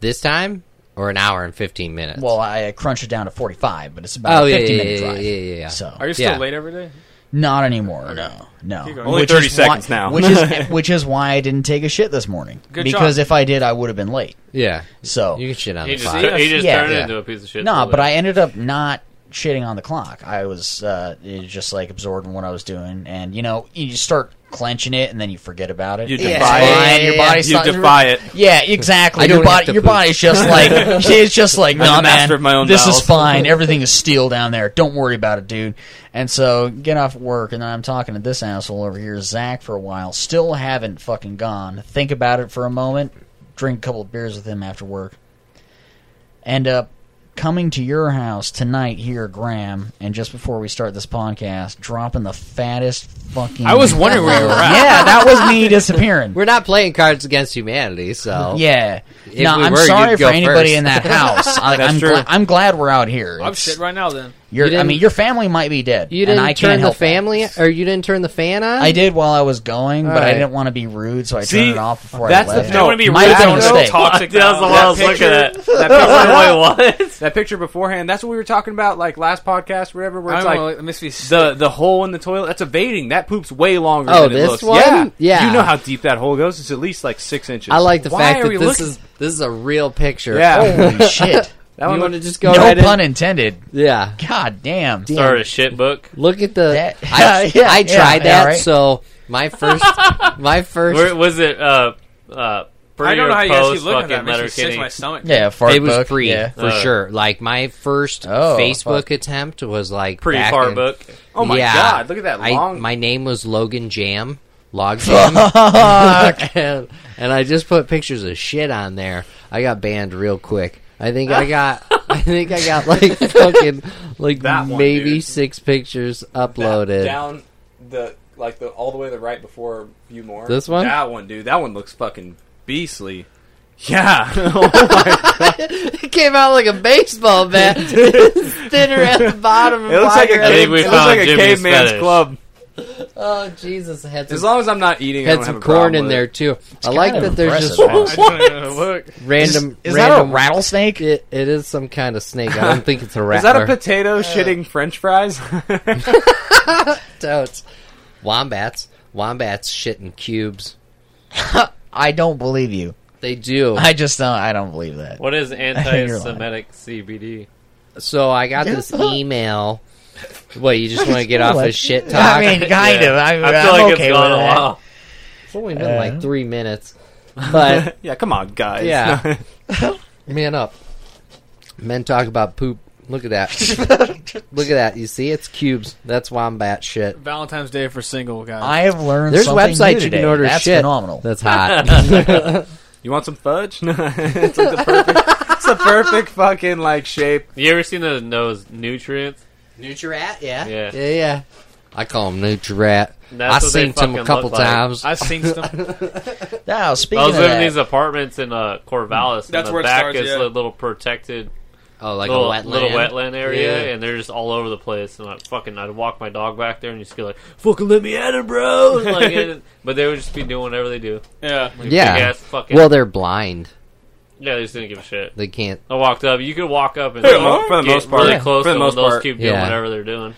Speaker 1: This time or an hour and fifteen minutes.
Speaker 2: Well, I crunch it down to 45, but it's about
Speaker 1: Oh,
Speaker 2: a
Speaker 1: yeah,
Speaker 2: 50
Speaker 1: yeah,
Speaker 2: minute
Speaker 1: yeah,
Speaker 2: drive.
Speaker 1: yeah, yeah, yeah.
Speaker 2: So
Speaker 6: Are you still
Speaker 1: Yeah.
Speaker 6: late every day?
Speaker 2: not anymore. No, no.
Speaker 6: going.
Speaker 5: Only
Speaker 2: Which
Speaker 5: 30
Speaker 2: is
Speaker 5: seconds
Speaker 2: why-
Speaker 5: now.
Speaker 2: which is which is why I didn't take a shit this morning.
Speaker 6: Good
Speaker 2: because
Speaker 6: job.
Speaker 2: if I did, I would have been late.
Speaker 1: yeah,
Speaker 2: So
Speaker 1: you can shit on
Speaker 4: He
Speaker 1: the
Speaker 4: just,
Speaker 1: clock.
Speaker 4: tur- he just
Speaker 2: Yeah.
Speaker 4: turned
Speaker 1: Yeah.
Speaker 4: into a piece of shit.
Speaker 2: No,
Speaker 4: till
Speaker 2: but
Speaker 4: then.
Speaker 2: I ended up not shitting on the clock. I was uh, just like absorbed in what I was doing, and you know, you just start clenching it, and then you forget about it.
Speaker 5: You
Speaker 2: It's
Speaker 5: defy
Speaker 1: it.
Speaker 2: fine, Your body
Speaker 5: You
Speaker 2: starts-
Speaker 5: defy it.
Speaker 2: Yeah, exactly.
Speaker 1: I
Speaker 2: your
Speaker 1: don't have
Speaker 2: body,
Speaker 1: to
Speaker 2: your
Speaker 1: poop.
Speaker 2: body's just like it's just like no
Speaker 5: the
Speaker 2: man.
Speaker 5: master of my own
Speaker 2: this
Speaker 5: bowels."
Speaker 2: is fine. Everything is steel down there. Don't worry about it, dude. And so get off work, and then I'm talking to this asshole over here, Zach, for a while. Still haven't fucking gone. Think about it for a moment. Drink a couple of beers with him after work. End up coming to your house tonight here, Graham, and just before we start this podcast, dropping the fattest fucking.
Speaker 6: I was wondering where you were at.
Speaker 2: yeah, that was me disappearing.
Speaker 1: We're not playing Cards Against Humanity, so
Speaker 2: Yeah.
Speaker 1: Oh. If
Speaker 2: no,
Speaker 1: we
Speaker 2: I'm
Speaker 1: were,
Speaker 2: sorry
Speaker 1: you'd
Speaker 2: for
Speaker 1: go
Speaker 2: anybody
Speaker 1: first.
Speaker 2: in that house. I,
Speaker 5: That's
Speaker 2: I'm,
Speaker 5: true.
Speaker 2: gla- I'm glad we're out here.
Speaker 6: I'm
Speaker 2: It's-
Speaker 6: Oh, shit right now. Then
Speaker 2: your-
Speaker 1: You
Speaker 2: I
Speaker 1: didn't-
Speaker 2: mean, your family might be dead.
Speaker 1: You didn't
Speaker 2: and I
Speaker 1: turn
Speaker 2: can't
Speaker 1: the
Speaker 2: help that.
Speaker 1: family, or you didn't turn the fan on.
Speaker 2: I did while I was going, but I
Speaker 1: Alright.
Speaker 2: didn't want to be rude, so I
Speaker 5: See,
Speaker 2: turned it off before
Speaker 5: that's
Speaker 2: I
Speaker 5: the
Speaker 2: left.
Speaker 5: thing. I wanna
Speaker 6: be
Speaker 2: might
Speaker 6: rude,
Speaker 2: have been a
Speaker 6: don't
Speaker 2: mistake.
Speaker 6: talk.
Speaker 4: Fuck,
Speaker 6: toxic
Speaker 4: that was the
Speaker 6: now.
Speaker 4: one I was
Speaker 5: That
Speaker 4: looking at.
Speaker 5: picture- that
Speaker 4: That Wait, what?
Speaker 5: That picture beforehand, that's what we were talking about, like last podcast, whatever, where
Speaker 6: I'm
Speaker 5: it's
Speaker 6: like,
Speaker 5: like
Speaker 6: it must be s-
Speaker 5: the the hole in the toilet. That's evading. That poops way longer.
Speaker 1: Oh,
Speaker 5: than
Speaker 1: this
Speaker 5: it looks.
Speaker 1: one?
Speaker 5: Yeah,
Speaker 1: Yeah.
Speaker 5: You know how deep that hole goes? It's at least like six inches.
Speaker 1: I like the
Speaker 5: Why
Speaker 1: fact
Speaker 5: are
Speaker 1: that
Speaker 5: we
Speaker 1: this
Speaker 5: looking-
Speaker 1: is this is a real picture.
Speaker 5: Yeah.
Speaker 2: Holy shit.
Speaker 1: you
Speaker 5: that one
Speaker 1: want to
Speaker 5: looked-
Speaker 1: just go
Speaker 2: No
Speaker 1: right in?
Speaker 2: pun intended.
Speaker 1: Yeah.
Speaker 2: God damn.
Speaker 1: Damn.
Speaker 4: Started a shit book.
Speaker 1: Look at the.
Speaker 2: That-
Speaker 1: I,
Speaker 2: Yeah,
Speaker 1: I
Speaker 2: yeah,
Speaker 1: tried
Speaker 2: yeah,
Speaker 1: that.
Speaker 2: right.
Speaker 1: So my first, my first.
Speaker 4: Where, was it? Uh, uh, pre
Speaker 6: I don't
Speaker 4: or
Speaker 6: know how you actually
Speaker 4: post
Speaker 6: look at that. It
Speaker 4: fucking
Speaker 6: makes me sick
Speaker 4: Letterkenny?
Speaker 6: to my stomach.
Speaker 2: Yeah, fart
Speaker 1: it was
Speaker 2: book,
Speaker 1: pre
Speaker 2: Yeah.
Speaker 1: for
Speaker 5: Oh.
Speaker 4: Uh.
Speaker 1: sure. Like my first
Speaker 2: Oh,
Speaker 1: Facebook
Speaker 2: fuck.
Speaker 1: attempt was like
Speaker 4: Pretty
Speaker 1: back
Speaker 4: far
Speaker 1: in-
Speaker 4: book.
Speaker 5: Oh my
Speaker 1: Yeah.
Speaker 5: god! Look at that
Speaker 1: I-
Speaker 5: long.
Speaker 1: my name was Logan Jam. Log Jam. and, and I just put pictures of shit on there. I got banned real quick. I think I got. I think I got like fucking like
Speaker 5: That one,
Speaker 1: maybe
Speaker 5: dude.
Speaker 1: six pictures
Speaker 5: that-
Speaker 1: uploaded.
Speaker 5: down the like the all the way to the right before view more.
Speaker 1: This one?
Speaker 5: that one, dude. That one looks fucking beastly. Yeah. oh my god.
Speaker 1: It came out like a baseball bat. It's thinner at the bottom. and
Speaker 5: It looks like a
Speaker 1: wider at the
Speaker 5: cave,
Speaker 4: we
Speaker 5: it looks
Speaker 4: found
Speaker 5: like a
Speaker 4: Jimmy's
Speaker 5: caveman's
Speaker 4: fetish.
Speaker 5: club.
Speaker 1: Oh Jesus! I had
Speaker 5: As
Speaker 1: some,
Speaker 5: long as I'm not eating, I
Speaker 1: had
Speaker 5: don't
Speaker 1: some
Speaker 5: have a
Speaker 1: corn
Speaker 5: problem
Speaker 1: in
Speaker 5: with
Speaker 1: there
Speaker 5: it.
Speaker 1: too. I like
Speaker 2: kind of
Speaker 1: that there's
Speaker 2: impressive,
Speaker 1: just
Speaker 2: man.
Speaker 6: I just wanna know how to look.
Speaker 1: random.
Speaker 2: Is that a
Speaker 1: random,
Speaker 2: rattlesnake?
Speaker 1: It, it is some kind of snake. I don't think it's a
Speaker 5: Is that
Speaker 1: rattler.
Speaker 5: a
Speaker 6: Uh,
Speaker 5: potato shitting French fries?
Speaker 2: oh,
Speaker 1: Totes. Wombats. Wombats shit in cubes.
Speaker 2: I don't believe you.
Speaker 1: They do.
Speaker 2: I just don't. I don't believe that.
Speaker 4: What is
Speaker 2: lying.
Speaker 4: anti-Semitic CBD?
Speaker 1: so I got this email. What, you just want to get off
Speaker 2: What?
Speaker 1: his shit talk?
Speaker 2: I mean, kind
Speaker 4: Yeah.
Speaker 2: of. I,
Speaker 4: I feel
Speaker 2: am
Speaker 4: like
Speaker 2: okay with
Speaker 4: it's gone a
Speaker 2: that.
Speaker 4: while.
Speaker 1: it's only been
Speaker 2: Uh.
Speaker 1: like three minutes. But,
Speaker 5: yeah, come on, guys.
Speaker 1: Yeah. man up. Men talk about poop. Look at that. Look at that. You see? It's cubes. That's wombat shit.
Speaker 6: Valentine's Day for single guys.
Speaker 2: I have learned
Speaker 1: There's
Speaker 2: something new
Speaker 1: websites you
Speaker 2: today.
Speaker 1: can order
Speaker 2: That's
Speaker 1: shit.
Speaker 2: phenomenal.
Speaker 1: That's hot.
Speaker 5: you want some fudge? it's like the perfect. It's the perfect fucking like shape.
Speaker 4: You ever seen those, those nutrients?
Speaker 1: Nutrirat, yeah.
Speaker 4: Yeah.
Speaker 1: Yeah, yeah. I call him Nutrirat.
Speaker 4: That's
Speaker 1: I
Speaker 4: what they
Speaker 1: seen him a
Speaker 4: fucking
Speaker 1: couple
Speaker 4: look like.
Speaker 1: times.
Speaker 6: I seen some.
Speaker 2: Now, speaking
Speaker 4: I was
Speaker 2: of
Speaker 4: living in
Speaker 2: that-
Speaker 4: these apartments in uh, Corvallis. and
Speaker 6: That's
Speaker 4: the
Speaker 6: where it
Speaker 4: back
Speaker 6: starts,
Speaker 4: is
Speaker 6: yeah.
Speaker 4: a little protected
Speaker 1: oh, like
Speaker 4: little,
Speaker 1: a wetland.
Speaker 4: little wetland area,
Speaker 1: Yeah.
Speaker 4: and they're just all over the place. And I fucking, I'd walk my dog back there, and you'd just be like, "Fucking let me at it, bro!" And like, and- but they would just be doing whatever they do.
Speaker 6: Yeah.
Speaker 4: Like,
Speaker 1: Yeah.
Speaker 4: big-ass fucking.
Speaker 1: Well, they're blind.
Speaker 4: yeah, they just didn't give a shit.
Speaker 1: They can't.
Speaker 4: I walked up. You could walk up and
Speaker 5: For the mo- for the
Speaker 4: get
Speaker 5: most part.
Speaker 4: really
Speaker 5: Yeah.
Speaker 4: close
Speaker 5: For the
Speaker 4: to
Speaker 5: most
Speaker 4: one of those
Speaker 5: part.
Speaker 4: keep
Speaker 1: Yeah.
Speaker 4: doing whatever they're doing.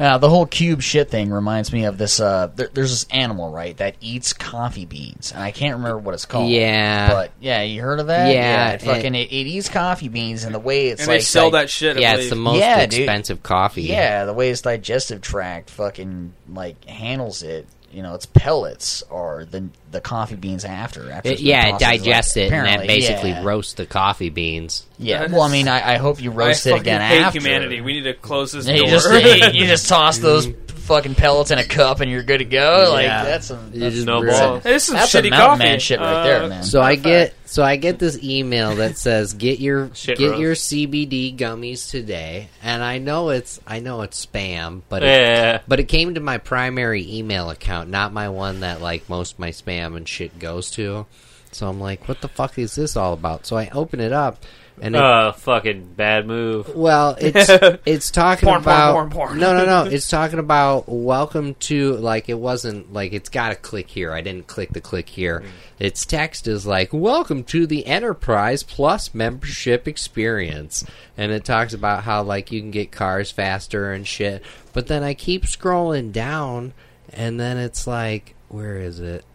Speaker 2: Uh, the whole cube shit thing reminds me of this. Uh, there, there's this animal, right, that eats coffee beans, and I can't remember what it's
Speaker 4: Oh,
Speaker 2: called.
Speaker 1: Yeah.
Speaker 2: but yeah, you heard of that?
Speaker 1: Yeah,
Speaker 2: it
Speaker 1: it-
Speaker 2: fucking it, it eats coffee beans, and the way it's
Speaker 6: And
Speaker 2: like
Speaker 6: they sell
Speaker 2: like-
Speaker 6: that shit. I
Speaker 1: yeah,
Speaker 6: believe.
Speaker 1: it's the most
Speaker 2: Yeah, dude.
Speaker 1: expensive coffee.
Speaker 2: Yeah, the way its digestive tract fucking like handles it. You know, its pellets are the the coffee beans after. after
Speaker 1: It,
Speaker 2: it's been
Speaker 1: yeah, it
Speaker 2: processed, like,
Speaker 1: digests it and that
Speaker 2: apparently,
Speaker 1: basically
Speaker 2: yeah.
Speaker 1: roasts the coffee beans.
Speaker 2: Yeah, well, I mean, I, I hope you
Speaker 6: I
Speaker 2: roast it
Speaker 6: fucking
Speaker 2: again
Speaker 6: hate
Speaker 2: after.
Speaker 6: humanity. We need to close this
Speaker 2: Yeah, you
Speaker 6: door.
Speaker 2: just you, you just toss those fucking pellets in a cup and you're good to go. Like
Speaker 4: Yeah.
Speaker 2: that's some
Speaker 1: You just
Speaker 4: no
Speaker 1: really-
Speaker 4: balls.
Speaker 6: This is some
Speaker 2: that's
Speaker 6: shitty
Speaker 2: some mountain
Speaker 6: coffee.
Speaker 2: man shit right there,
Speaker 6: Uh,
Speaker 2: man.
Speaker 1: So I get so I get this email that says get your
Speaker 4: Shit
Speaker 1: get
Speaker 4: roast.
Speaker 1: your CBD gummies today, and I know it's I know it's spam, but it,
Speaker 4: Yeah.
Speaker 1: but it came to my primary email account, not my one that like most of my spam and shit goes to. So I'm like, what the fuck is this all about? So I open it up, and it,
Speaker 4: Uh, fucking bad move.
Speaker 1: well, it's it's talking
Speaker 6: Porn, porn,
Speaker 1: about
Speaker 6: porn, porn.
Speaker 1: no, no, no. It's talking about welcome to like it wasn't like it's got to click here. I didn't click the click here.
Speaker 6: Mm.
Speaker 1: Its text is like welcome to the Enterprise Plus membership experience, and it talks about how like you can get cars faster and shit. But then I keep scrolling down, and then it's like where is it?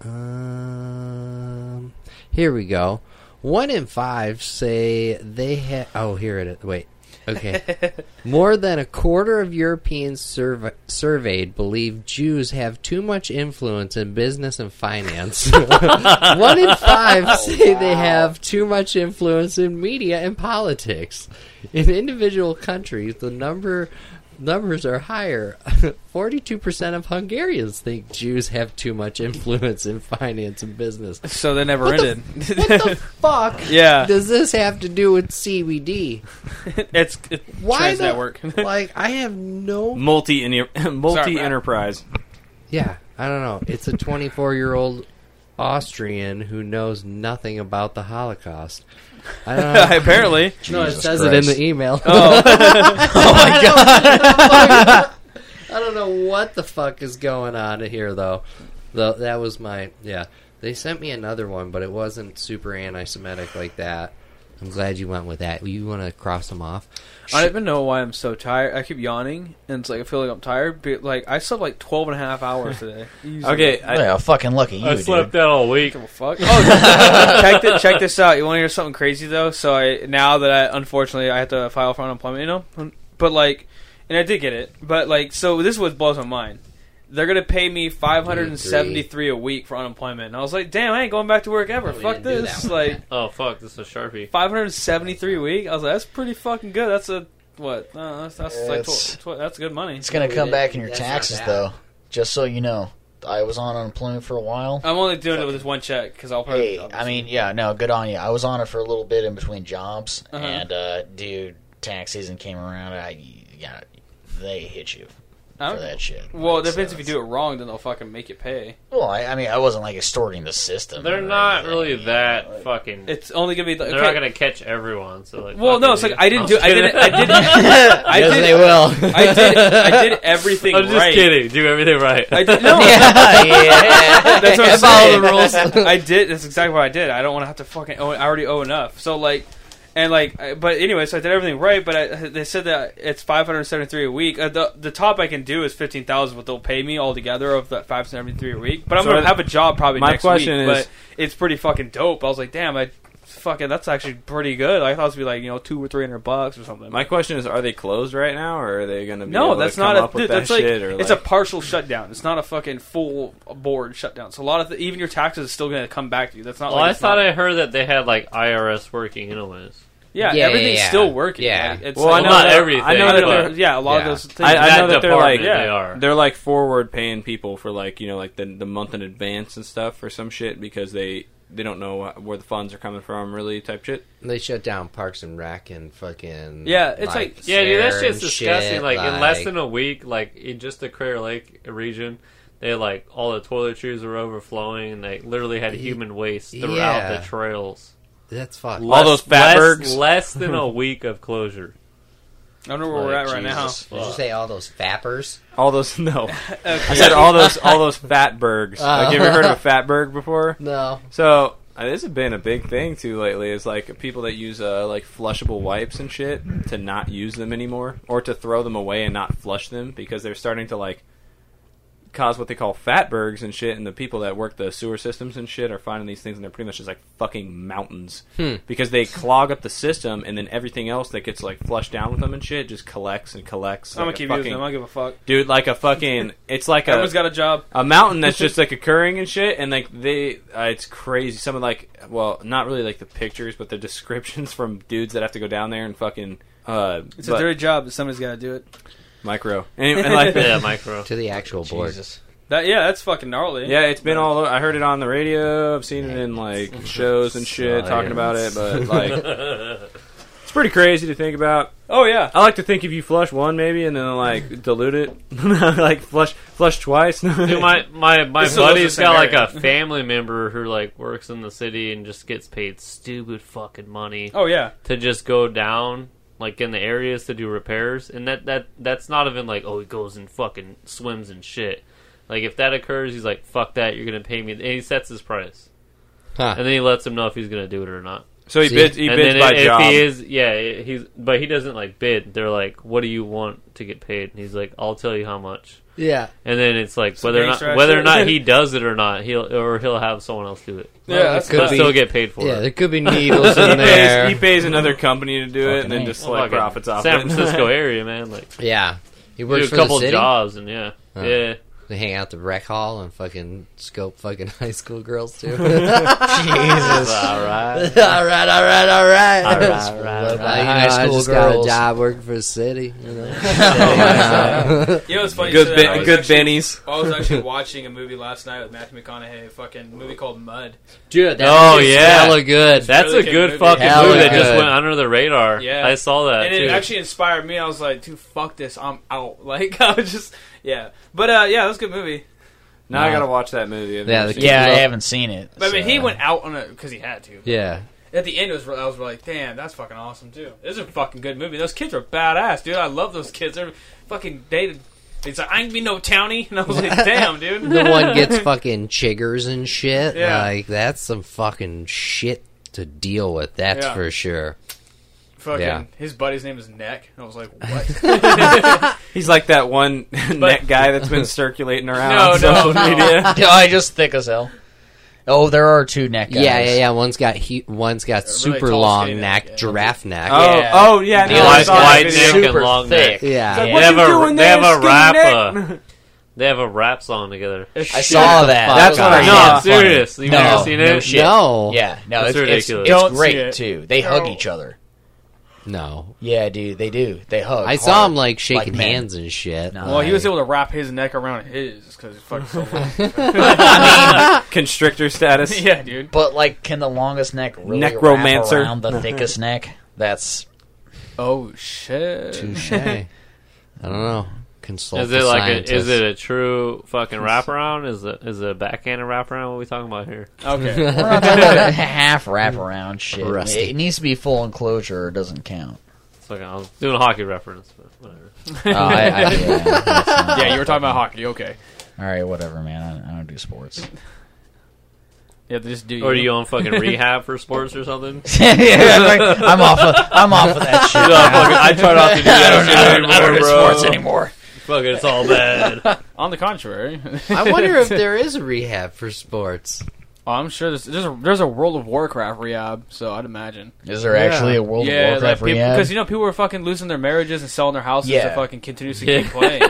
Speaker 1: Um, here we go. One in five say they have. Oh, here it is. Wait. Okay. More than a quarter of Europeans surve- surveyed believe Jews have too much influence in business and finance. One in
Speaker 6: Oh,
Speaker 1: five say they have too much influence in media and politics. In individual countries, the number numbers are higher. 42% of Hungarians think Jews have too much influence in finance and business.
Speaker 6: So they never
Speaker 1: What the-
Speaker 6: ended.
Speaker 1: What the fuck
Speaker 6: Yeah.
Speaker 1: does this have to do with CBD?
Speaker 6: it's, it's
Speaker 1: Why
Speaker 6: Trans
Speaker 1: the,
Speaker 6: Network.
Speaker 1: like I have no
Speaker 5: Multi multi enterprise.
Speaker 1: Yeah, I don't know. It's a 24-year-old Austrian who knows nothing about the Holocaust. I don't know.
Speaker 6: Apparently,
Speaker 1: No, it
Speaker 2: Jesus
Speaker 1: says it in
Speaker 2: Christ.
Speaker 1: the email.
Speaker 2: Oh my god!
Speaker 1: I don't know what the fuck is going on here, though. Though that was my yeah. They sent me another one, but it wasn't super anti-Semitic like that. I'm glad you went with that. You want to cross them off?
Speaker 6: I don't even know why I'm so tired. I keep yawning, and it's like I feel like I'm tired. But like I slept like 12 and a half hours today. Easily.
Speaker 5: Okay, I,
Speaker 2: yeah, fucking look at you,
Speaker 4: I slept out all week.
Speaker 6: Give a fuck. Oh, check, thi- check this out. You want to hear something crazy though? So I now that I unfortunately I have to file for unemployment, you know, but like, and I did get it, but like, so this is what blows my mind. They're gonna pay me five hundred and seventy three a week for unemployment, and I was like, damn, I ain't going back to work ever.
Speaker 1: we
Speaker 6: fuck
Speaker 1: didn't do
Speaker 6: this.
Speaker 1: that one.
Speaker 6: Like
Speaker 4: Oh fuck, this is Sharpie.
Speaker 6: five hundred seventy three a week. I was like, that's pretty fucking good. That's a what? Uh, that's that's like
Speaker 2: It's-
Speaker 6: tw- tw- that's good money.
Speaker 2: It's gonna
Speaker 1: We
Speaker 2: come
Speaker 1: did.
Speaker 2: back in your
Speaker 1: That's not
Speaker 2: taxes
Speaker 1: bad.
Speaker 2: though. Just so you know, I was on unemployment for a while.
Speaker 6: I'm only doing it with this one check because I'll probably.
Speaker 2: Hey, I mean, yeah, no, good on you. I was on it for a little bit in between jobs,
Speaker 6: Uh-huh.
Speaker 2: and uh, dude, tax season came around. I, yeah, they hit you
Speaker 6: I
Speaker 2: for
Speaker 6: don't-
Speaker 2: that shit.
Speaker 6: well, it
Speaker 2: uh, So
Speaker 6: depends if you
Speaker 2: it's-
Speaker 6: do it wrong, then they'll fucking make you pay.
Speaker 2: Well, I, I mean, I wasn't like extorting the system.
Speaker 4: They're
Speaker 2: or
Speaker 4: not
Speaker 2: anything,
Speaker 4: really
Speaker 2: you know,
Speaker 4: that
Speaker 2: like-
Speaker 4: fucking.
Speaker 6: It's only gonna be. Like,
Speaker 4: They're
Speaker 6: okay,
Speaker 4: not gonna catch everyone. So like.
Speaker 6: Well,
Speaker 4: fuck
Speaker 6: no,
Speaker 4: it,
Speaker 6: it's like
Speaker 4: dude.
Speaker 6: I didn't do. I
Speaker 4: kidding.
Speaker 6: didn't. I didn't. I
Speaker 1: yes,
Speaker 6: did.
Speaker 1: they will.
Speaker 6: I did. I did everything
Speaker 4: I'm just
Speaker 6: right.
Speaker 4: kidding. Do everything right.
Speaker 6: I did. No,
Speaker 2: yeah, yeah.
Speaker 6: that's what I'm
Speaker 2: Follow
Speaker 6: saying.
Speaker 2: the rules.
Speaker 6: I did. That's exactly what I did. I don't want to have to fucking. Owe, I already owe enough. So like, and like, I- but anyway, so I did everything right. But I, they said that it's 573 a week. Uh, the the top I can do is 15,000, what they'll pay me altogether of that 573 a week. But I'm
Speaker 5: So
Speaker 6: gonna
Speaker 5: I-
Speaker 6: have a job probably
Speaker 5: my
Speaker 6: next
Speaker 5: question
Speaker 6: week.
Speaker 5: is-
Speaker 6: but it's pretty fucking dope. I was like, damn, I. Fucking, that's actually pretty good. I thought it would be like you know two or three hundred bucks or something.
Speaker 5: my question is: Are they closed right now, or are they going to be
Speaker 6: No,
Speaker 5: able
Speaker 6: that's
Speaker 5: to come
Speaker 6: not
Speaker 5: up
Speaker 6: a.
Speaker 5: with
Speaker 6: Dude,
Speaker 5: that
Speaker 6: that's like
Speaker 5: shit? or
Speaker 6: it's
Speaker 5: like,
Speaker 6: a partial shutdown. It's not a fucking full board shutdown. So a lot of the, even your taxes is still going to come back to you. That's not.
Speaker 4: Well,
Speaker 6: like
Speaker 4: I
Speaker 6: it's
Speaker 4: thought
Speaker 6: not,
Speaker 4: I heard that they had like IRS working analysts.
Speaker 6: Yeah,
Speaker 1: Yeah,
Speaker 6: everything's
Speaker 1: yeah, yeah.
Speaker 6: still working.
Speaker 1: Yeah.
Speaker 6: Like, it's
Speaker 5: Well,
Speaker 6: like,
Speaker 5: I know
Speaker 4: not
Speaker 5: that-
Speaker 4: everything,
Speaker 5: I know
Speaker 6: I
Speaker 5: that
Speaker 6: know
Speaker 4: but-
Speaker 6: there- yeah, a lot
Speaker 1: Yeah.
Speaker 6: of those things.
Speaker 5: I, I
Speaker 4: That
Speaker 5: know that they're like
Speaker 4: department,
Speaker 6: yeah.
Speaker 4: they are.
Speaker 5: they're like forward paying people for like you know like the the month in advance and stuff or some shit because they they don't know where the funds are coming from really type shit.
Speaker 1: They shut down Parks and Rec and fucking
Speaker 6: Yeah, it's like-
Speaker 4: Yeah, dude, that
Speaker 1: Sarah
Speaker 4: shit's
Speaker 1: and
Speaker 4: disgusting.
Speaker 1: shit,
Speaker 4: like, in less than a week, like in just the Crater Lake region, they had, like all the toiletries were overflowing, and they literally had human waste throughout
Speaker 1: yeah.
Speaker 4: the trails.
Speaker 1: that's fucked.
Speaker 5: All those fatbergs.
Speaker 4: less, less than a week of closure.
Speaker 6: I don't know where we're at
Speaker 2: Like,
Speaker 6: right now.
Speaker 2: Jesus.
Speaker 1: Did you say all those fappers?
Speaker 5: All those no, I said all those all those fatbergs. like, you ever heard of
Speaker 6: Uh-huh.
Speaker 5: a fatberg before?
Speaker 1: No.
Speaker 5: So uh, this has been a big thing too lately. Is like people that use uh, like flushable wipes and shit to not use them anymore, or to throw them away and not flush them because they're starting to like cause what they call fatbergs and shit. And the people that work the sewer systems and shit are finding these things, and they're pretty much just like fucking mountains
Speaker 6: Hmm.
Speaker 5: because they clog up the system, and then everything else that gets like flushed down with them and shit just collects and collects.
Speaker 6: I'm gonna
Speaker 5: like a
Speaker 6: keep
Speaker 5: fucking,
Speaker 6: using them. I don't give a fuck.
Speaker 5: dude. Like a fucking, it's like a
Speaker 6: Everyone's got a job.
Speaker 5: a mountain that's just like occurring and shit, and like they, uh, it's crazy. Some of like, well, not really like the pictures, but the descriptions from dudes that have to go down there and fucking. Uh,
Speaker 6: It's a
Speaker 5: but,
Speaker 6: dirty job, but somebody's got to do it.
Speaker 5: micro. And, and like
Speaker 4: yeah, micro.
Speaker 1: to the actual board.
Speaker 2: Jesus.
Speaker 6: That yeah, that's fucking gnarly.
Speaker 5: Yeah, it's been all. o- I heard it on the radio. I've seen it in like shows and shit talking about it, but like, it's pretty crazy to think about.
Speaker 6: Oh yeah.
Speaker 5: I like to think if you flush one maybe and then like dilute it, like flush flush twice.
Speaker 4: Dude, my my my
Speaker 6: This still
Speaker 4: buddy's
Speaker 6: is the
Speaker 4: got
Speaker 6: same
Speaker 4: like
Speaker 6: area.
Speaker 4: a family member who like works in the city and just gets paid stupid fucking money
Speaker 6: Oh yeah.
Speaker 4: to just go down like in the areas to do repairs, and that that that's not even like oh he goes and fucking swims and shit. Like if that occurs, he's like fuck that, you're gonna pay me, and he sets his price,
Speaker 1: Huh.
Speaker 4: and then he lets him know if he's gonna do it or not.
Speaker 5: so he
Speaker 1: See?
Speaker 5: bids. He
Speaker 4: and
Speaker 5: bids
Speaker 4: then
Speaker 5: by
Speaker 4: if
Speaker 5: job.
Speaker 4: he is, yeah, he's but he doesn't like bid. They're like, what do you want to get paid? And he's like, I'll tell you how much.
Speaker 2: Yeah.
Speaker 4: And then it's like whether or
Speaker 6: gangster
Speaker 4: not whether or
Speaker 6: action.
Speaker 4: not he does it or not, he'll or he'll have someone else do it.
Speaker 6: Yeah,
Speaker 1: Well, it
Speaker 6: that's
Speaker 1: could
Speaker 4: but
Speaker 1: be-
Speaker 4: still get paid for
Speaker 1: Yeah,
Speaker 4: it.
Speaker 1: there could be needles in
Speaker 5: he, pays, he
Speaker 1: there.
Speaker 5: pays another company to do it and then
Speaker 2: Fucking
Speaker 5: just
Speaker 4: Well,
Speaker 5: like
Speaker 4: fucking
Speaker 5: profits off
Speaker 4: San
Speaker 5: it.
Speaker 4: Francisco area, man. Like
Speaker 1: Yeah, he
Speaker 4: do
Speaker 1: works
Speaker 4: a
Speaker 1: for the
Speaker 4: couple
Speaker 1: city.
Speaker 4: jobs and yeah,
Speaker 1: Huh.
Speaker 4: yeah.
Speaker 1: They hang out at the rec hall and fucking scope fucking high school girls too.
Speaker 2: Jesus.
Speaker 4: All right.
Speaker 1: all right, all right, all right.
Speaker 4: All right, all right, all right.
Speaker 1: you know, I
Speaker 2: High school
Speaker 1: just got a
Speaker 2: girls.
Speaker 1: job working for the city. You know?
Speaker 6: You know what's funny?
Speaker 5: Good,
Speaker 6: So
Speaker 5: ben,
Speaker 6: I was
Speaker 5: good
Speaker 6: actually-
Speaker 5: Bennies.
Speaker 6: I was actually watching a movie last night with Matthew McConaughey, a fucking movie called Mud.
Speaker 1: Dude, that
Speaker 4: Oh,
Speaker 1: movie's
Speaker 4: yeah.
Speaker 1: hella good.
Speaker 4: That's
Speaker 6: Really
Speaker 4: a
Speaker 6: good
Speaker 4: good
Speaker 6: movie.
Speaker 4: fucking
Speaker 1: Hella
Speaker 4: movie that just
Speaker 1: good.
Speaker 4: went under the radar.
Speaker 6: Yeah.
Speaker 4: I saw that
Speaker 6: and
Speaker 4: too.
Speaker 6: it actually inspired me. I was like, dude, fuck this, I'm out. Like I was just yeah. But uh yeah, that was a good movie.
Speaker 5: Now I gotta watch that movie. I've
Speaker 1: Yeah, the
Speaker 5: never seen
Speaker 2: Yeah, uh, I
Speaker 1: Well-
Speaker 2: haven't seen it.
Speaker 6: But I mean,
Speaker 2: so-
Speaker 6: he went out on it because he had to.
Speaker 1: Yeah,
Speaker 6: At the end, it was I was like, damn, that's fucking awesome too. This is a fucking good movie. Those kids are badass, dude. I love those kids. They're fucking dated. It's like I ain't be no townie, and I was like, damn, dude.
Speaker 1: the one gets fucking chiggers and shit.
Speaker 6: Yeah.
Speaker 1: Like that's some fucking shit to deal with. That's
Speaker 6: Yeah.
Speaker 1: for sure.
Speaker 6: Fucking
Speaker 1: Yeah.
Speaker 6: his buddy's name is Neck, and I was like, what?
Speaker 5: He's like that one neck guy that's been circulating around
Speaker 6: No,
Speaker 5: on
Speaker 6: no,
Speaker 5: social
Speaker 6: no.
Speaker 5: media.
Speaker 2: Yeah, I just thick as hell. Oh, there are two neck guys.
Speaker 1: Yeah, yeah, yeah. One's got he, one's got super
Speaker 6: tall
Speaker 1: long
Speaker 6: skater,
Speaker 1: neck,
Speaker 6: yeah.
Speaker 1: giraffe neck.
Speaker 5: Oh,
Speaker 2: Yeah.
Speaker 5: oh yeah, no,
Speaker 4: They
Speaker 5: I
Speaker 4: like
Speaker 5: saw that
Speaker 4: wide
Speaker 5: video.
Speaker 4: neck and
Speaker 2: Super
Speaker 4: long
Speaker 2: thick.
Speaker 4: neck.
Speaker 1: Yeah,
Speaker 5: It's like,
Speaker 1: yeah.
Speaker 5: what
Speaker 4: They have
Speaker 5: you
Speaker 4: a-
Speaker 5: doing
Speaker 4: they
Speaker 5: there,
Speaker 4: have a
Speaker 5: skinny
Speaker 4: rap,
Speaker 5: neck?
Speaker 4: uh, They have a rap song together.
Speaker 2: I saw
Speaker 1: That's
Speaker 2: that. That was
Speaker 5: what I-
Speaker 2: pretty
Speaker 5: No,
Speaker 2: damn
Speaker 4: I'm
Speaker 2: funny.
Speaker 4: serious. You've
Speaker 2: no,
Speaker 4: never seen
Speaker 2: no
Speaker 4: it?
Speaker 2: Shit.
Speaker 1: No.
Speaker 2: Yeah, no,
Speaker 4: That's
Speaker 2: it's, it's,
Speaker 4: ridiculous.
Speaker 2: it's
Speaker 6: Don't
Speaker 2: great
Speaker 6: see it.
Speaker 2: too. They hug
Speaker 6: No.
Speaker 2: each other.
Speaker 1: no.
Speaker 2: Yeah, dude, they do. They hug.
Speaker 1: I saw
Speaker 2: hard,
Speaker 1: him like shaking
Speaker 2: men.
Speaker 1: hands and shit.
Speaker 2: No.
Speaker 6: Well, he was able to wrap his neck around his because it's fucking so long.
Speaker 5: Constrictor status.
Speaker 6: yeah, dude.
Speaker 2: But like, can the longest neck really
Speaker 5: Necromancer.
Speaker 2: wrap around the thickest neck? That's
Speaker 6: Oh shit.
Speaker 1: Touche. I don't know. Consult.
Speaker 4: Is it
Speaker 1: the
Speaker 4: like a,
Speaker 1: scientist.
Speaker 4: is it a true fucking wraparound? Is it is it a backhanded wraparound? What are we talking about here?
Speaker 6: Okay.
Speaker 2: we're not talking about half wraparound shit.
Speaker 1: Rusty.
Speaker 2: It needs to be full enclosure, or it doesn't count.
Speaker 4: It's fucking, I was doing a hockey reference, but whatever.
Speaker 1: Oh, I- I-
Speaker 2: Yeah, that's not-
Speaker 6: yeah, you were talking about hockey. Okay.
Speaker 2: All right, whatever, man. I don't, I don't do sports.
Speaker 6: Yeah, just do.
Speaker 4: Or do you on fucking rehab for sports or something?
Speaker 2: Yeah, right. I'm off. Of, I'm off of that shit.
Speaker 4: No, fucking- I try not to do
Speaker 2: I don't, I
Speaker 4: that
Speaker 2: don't,
Speaker 4: shit
Speaker 2: I don't
Speaker 4: anymore,
Speaker 2: do
Speaker 4: bro.
Speaker 2: sports anymore.
Speaker 4: Fuck it, it's all bad.
Speaker 6: On the contrary,
Speaker 1: I wonder if there is a rehab for sports.
Speaker 6: Oh, I'm sure there's there's a, there's a World of Warcraft rehab, so I'd imagine.
Speaker 2: Is there actually a World
Speaker 6: yeah,
Speaker 2: of Warcraft rehab?
Speaker 6: because you know people were fucking losing their marriages and selling their houses
Speaker 2: Yeah.
Speaker 6: to fucking continuously
Speaker 4: Yeah.
Speaker 6: keep playing.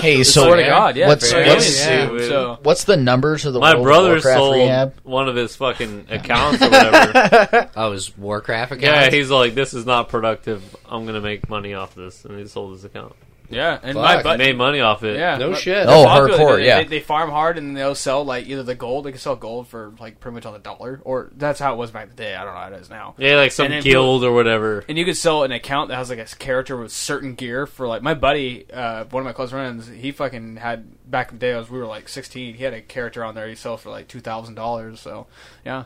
Speaker 2: hey, so
Speaker 6: Swear to God, yeah.
Speaker 2: what's
Speaker 6: very
Speaker 2: what's,
Speaker 4: yeah.
Speaker 6: easy,
Speaker 4: dude.
Speaker 6: So
Speaker 2: what's the numbers of the
Speaker 4: My
Speaker 2: World
Speaker 4: brother
Speaker 2: of Warcraft
Speaker 4: sold
Speaker 2: rehab?
Speaker 4: one of his fucking accounts or whatever.
Speaker 1: Oh, is Warcraft account?
Speaker 4: yeah, he's like, this is not productive. I'm gonna make money off this, and he sold his account.
Speaker 6: yeah, and
Speaker 1: Fuck.
Speaker 6: my but
Speaker 4: Made money off it.
Speaker 6: yeah,
Speaker 1: no
Speaker 6: my-
Speaker 1: shit.
Speaker 2: Oh,
Speaker 6: Falco,
Speaker 2: hardcore,
Speaker 6: They,
Speaker 2: yeah.
Speaker 6: they, they farm hard and they'll sell like either the gold. They can sell gold for like pretty much on the dollar, or that's how it was back in the day. I don't know how it is now.
Speaker 4: Yeah, like some
Speaker 6: And then-
Speaker 4: guild or whatever.
Speaker 6: and you could sell an account that has like a character with certain gear for like my buddy, uh, one of my close friends. He fucking had back in the day. I was we were like sixteen. He had a character on there. He sold for like two thousand dollars. So yeah,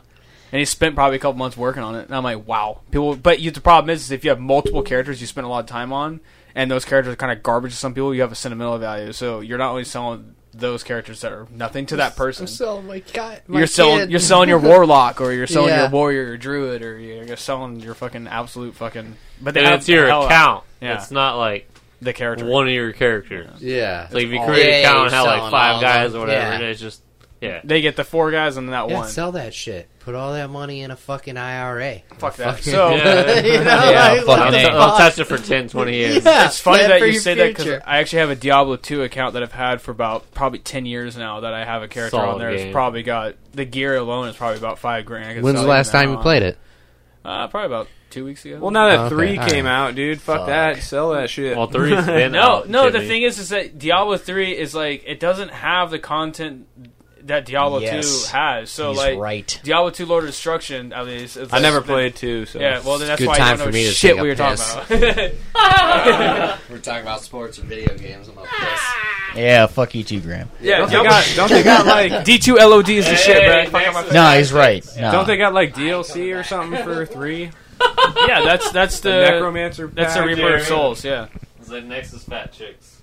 Speaker 6: and he spent probably a couple months working on it. And I'm like, wow, people. But you, the problem is, is if you have multiple characters, you spend a lot of time on, and those characters are kind of garbage to some people. You have a sentimental value, so you're not only selling those characters that are nothing to that person.
Speaker 1: selling my guy.
Speaker 6: You're selling, you're selling your warlock, or you're selling
Speaker 1: Yeah.
Speaker 6: your warrior, or druid, or you're you're selling your fucking absolute fucking. But
Speaker 4: And it's your
Speaker 6: hell out-
Speaker 4: account.
Speaker 6: Yeah.
Speaker 4: It's not like
Speaker 6: the character.
Speaker 4: one of your characters.
Speaker 1: Yeah.
Speaker 4: Like if you
Speaker 6: all-
Speaker 4: create
Speaker 1: Yeah,
Speaker 4: an account
Speaker 1: you're
Speaker 4: and have like
Speaker 1: selling all
Speaker 4: five guys
Speaker 1: them.
Speaker 4: or whatever,
Speaker 1: Yeah.
Speaker 4: and it's just yeah.
Speaker 6: They get the four guys and that
Speaker 1: yeah,
Speaker 6: one.
Speaker 1: sell that shit. Put all that money in a fucking IRA.
Speaker 6: Fuck that.
Speaker 1: Fucking-
Speaker 6: So
Speaker 4: Yeah.
Speaker 1: You know,
Speaker 2: Yeah,
Speaker 1: like,
Speaker 2: fucking
Speaker 1: Oh. what the
Speaker 2: A.
Speaker 4: I'll, I'll
Speaker 1: fuck?
Speaker 4: touch it for 10, 20 years.
Speaker 1: Yeah,
Speaker 6: it's funny
Speaker 1: plan
Speaker 6: that
Speaker 1: for
Speaker 6: you
Speaker 1: your
Speaker 6: say that 'cause
Speaker 1: future.
Speaker 6: I actually have a Diablo 2 account that I've had for about probably 10 years now that I have a character on
Speaker 4: Solid
Speaker 6: there. It's
Speaker 4: game.
Speaker 6: probably got the gear alone is probably about five grand. I could
Speaker 1: When's
Speaker 6: sell
Speaker 1: the
Speaker 6: it
Speaker 1: last time
Speaker 6: now.
Speaker 1: you played it?
Speaker 6: Uh, probably about
Speaker 3: two weeks ago.
Speaker 5: Well, now that
Speaker 1: Okay,
Speaker 5: three
Speaker 1: all
Speaker 5: came
Speaker 1: right.
Speaker 5: out, dude, fuck, that. Sell that shit.
Speaker 4: Well, three's been
Speaker 6: No,
Speaker 4: out,
Speaker 6: no. The
Speaker 4: Jimmy.
Speaker 6: thing is, is that Diablo three is like it doesn't have the content that Diablo
Speaker 2: Yes.
Speaker 6: two has. So
Speaker 2: He's
Speaker 6: like
Speaker 2: right.
Speaker 6: Diablo two Lord of Destruction, at least. It's
Speaker 5: I
Speaker 6: like-
Speaker 5: never played two, so
Speaker 6: Yeah, well then that's
Speaker 1: Good
Speaker 6: why
Speaker 1: time
Speaker 6: I don't
Speaker 1: for
Speaker 6: know
Speaker 1: me to
Speaker 6: shit
Speaker 1: take a
Speaker 6: we were talking
Speaker 1: piss.
Speaker 6: about.
Speaker 1: We're talking about sports and video games. I'm
Speaker 2: Yeah, fuck you too, Graham.
Speaker 6: yeah,
Speaker 5: Don't they got, don't they got like
Speaker 6: D two L O D is the shit,
Speaker 5: Hey,
Speaker 6: bro.
Speaker 5: next
Speaker 6: Fuck, I'm
Speaker 5: is-
Speaker 6: a-
Speaker 2: No, he's right. No.
Speaker 5: don't they got like DLC or something for three?
Speaker 6: yeah, that's that's the
Speaker 5: Necromancer.
Speaker 6: that's the
Speaker 5: pack?
Speaker 6: Reaper of
Speaker 4: yeah.
Speaker 6: Souls. Yeah,
Speaker 4: It's like next is fat chicks.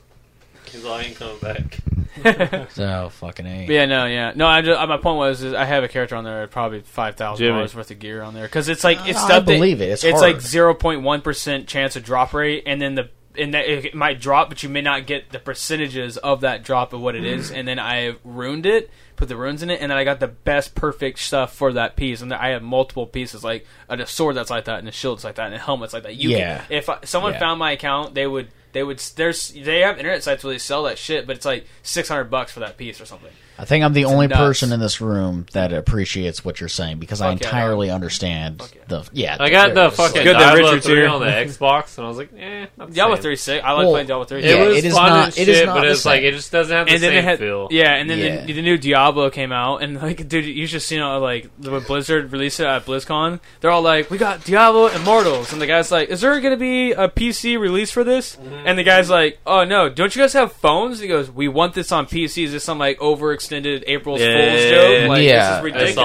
Speaker 4: Cause I ain't coming back.
Speaker 2: Oh, fucking A.
Speaker 6: But yeah, no, yeah, no. I just, uh, my point was, is I have a character on there, probably five thousand
Speaker 4: Jimmy.
Speaker 6: dollars worth of gear on there, because it's like it's
Speaker 2: I
Speaker 6: stuff that-
Speaker 2: believe it. It's hard.
Speaker 6: like zero point one percent chance of drop rate, and then the and that it might drop, but you may not get the percentages of that drop of what it is. And then I ruined it, put the runes in it, and then I got the best perfect stuff for that piece. And I have multiple pieces, like a a sword that's like that, and a shield that's like that, and a helmet's like that. You
Speaker 2: Yeah.
Speaker 6: can, if I, someone
Speaker 2: Yeah.
Speaker 6: found my account, they would. They would there's they have internet sites where they sell that shit, but it's like six hundred bucks for that piece or something.
Speaker 2: I think I'm the only
Speaker 6: nuts.
Speaker 2: person in this room that appreciates what you're saying because I
Speaker 6: Fuck yeah,
Speaker 2: entirely understand
Speaker 6: Fuck yeah.
Speaker 2: the yeah.
Speaker 4: I got
Speaker 2: there
Speaker 4: the
Speaker 2: it is.
Speaker 4: fucking
Speaker 5: Good that
Speaker 4: Diablo
Speaker 5: Richard's
Speaker 4: 3
Speaker 5: here.
Speaker 4: on the Xbox, and I was like, eh, not the
Speaker 6: Diablo
Speaker 4: same.
Speaker 6: three is sick. I like
Speaker 2: Well,
Speaker 6: playing Diablo three.
Speaker 4: It
Speaker 2: Yeah,
Speaker 4: was
Speaker 2: it is
Speaker 4: fun
Speaker 2: not-
Speaker 4: and
Speaker 2: it
Speaker 4: shit,
Speaker 2: is not
Speaker 4: but
Speaker 2: the
Speaker 4: it's like
Speaker 2: same.
Speaker 4: it just doesn't have the
Speaker 6: and then
Speaker 4: same
Speaker 6: it had,
Speaker 4: feel.
Speaker 6: yeah, and then
Speaker 2: Yeah.
Speaker 6: The, the new Diablo came out, and like, dude, you just seen how like when Blizzard released it at BlizzCon, they're all like, "We got Diablo Immortals," and the guy's like, "Is there gonna be a PC release for this?"
Speaker 4: Mm-hmm.
Speaker 6: And the guy's like, "Oh no, don't you guys have phones?" He goes, "We want this on PCs." Is this some like overextended April's Fool's
Speaker 4: Yeah.
Speaker 6: joke?
Speaker 2: Yeah.
Speaker 6: Like, this is
Speaker 2: I saw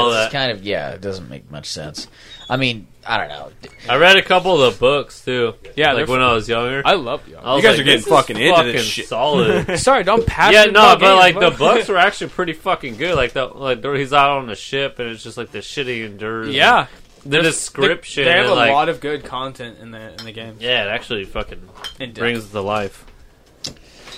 Speaker 6: ridiculous.
Speaker 4: that.
Speaker 2: It's kind of yeah. It doesn't make much sense. I mean, I don't know.
Speaker 4: I read a couple of the books too.
Speaker 6: Yeah, they're
Speaker 4: like when I was younger.
Speaker 6: I love Diablo.
Speaker 4: I was
Speaker 5: guys
Speaker 4: like,
Speaker 5: are getting
Speaker 4: this is
Speaker 5: fucking into
Speaker 4: fucking
Speaker 5: this shit.
Speaker 4: Solid.
Speaker 6: Sorry, don't pass.
Speaker 4: yeah,
Speaker 6: me
Speaker 4: no,
Speaker 6: about
Speaker 4: but
Speaker 6: games,
Speaker 4: like the
Speaker 6: bro.
Speaker 4: books were actually pretty fucking good. Like the like there- he's out on the ship, and it's just like the shitty endures.
Speaker 6: yeah,
Speaker 4: the
Speaker 6: There's-
Speaker 4: description.
Speaker 6: They have
Speaker 4: and,
Speaker 6: a
Speaker 4: like,
Speaker 6: lot of good content in the in the game.
Speaker 4: yeah, it actually fucking
Speaker 6: In depth.
Speaker 4: brings it to life.